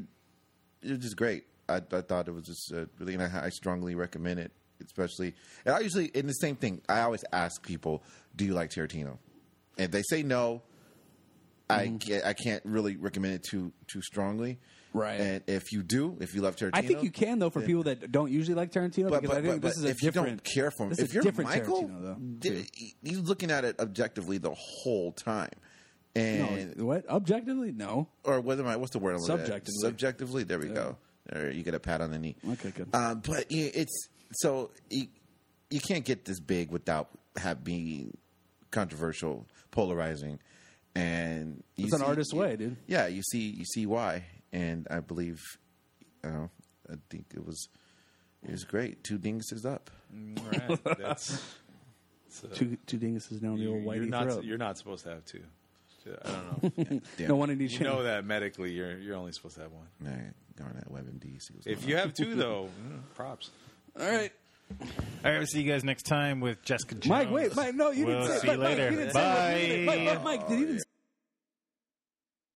it was just great. I, I thought it was just uh, really, and I, I strongly recommend it, especially. And I usually in the same thing. I always ask people, "Do you like Tarantino?" And if they say no. I Mm-hmm. can't, I can't really recommend it too too strongly. Right. And if you do, if you love Tarantino, I think you can though for people that don't usually like Tarantino But, because but, I think but, this but is a if you different. don't care for him, this if is you're different Michael, Tarantino though. di- he- he's looking at it objectively the whole time. And No, what objectively? No, or whether my what's the word? I'm looking at? Subjectively. Subjectively, there we go. There, you get a pat on the knee. Okay, good. Um, but yeah, it's so you, you can't get this big without have being controversial, polarizing, and you It's an artist's you- way, dude. Yeah, you see, you see why, and I believe, I don't know, I think it was, it was great. Two dinguses up. Right. That's, two two dinguses down the you're, old whitey you're not, throat. you're not supposed to have two. I don't know. Damn no it. one in each. you hand. know that medically, you're you're only supposed to have one. All right, Garnet WebMD. See what's If going you on. have two, though, mm, props. All right, All right, we'll see you guys next time with Jessica Jones. Mike. Wait, Mike. No, you we'll didn't say. see Mike, you later. Mike, you didn't Bye. Say Mike, Mike, Mike, Mike, did you even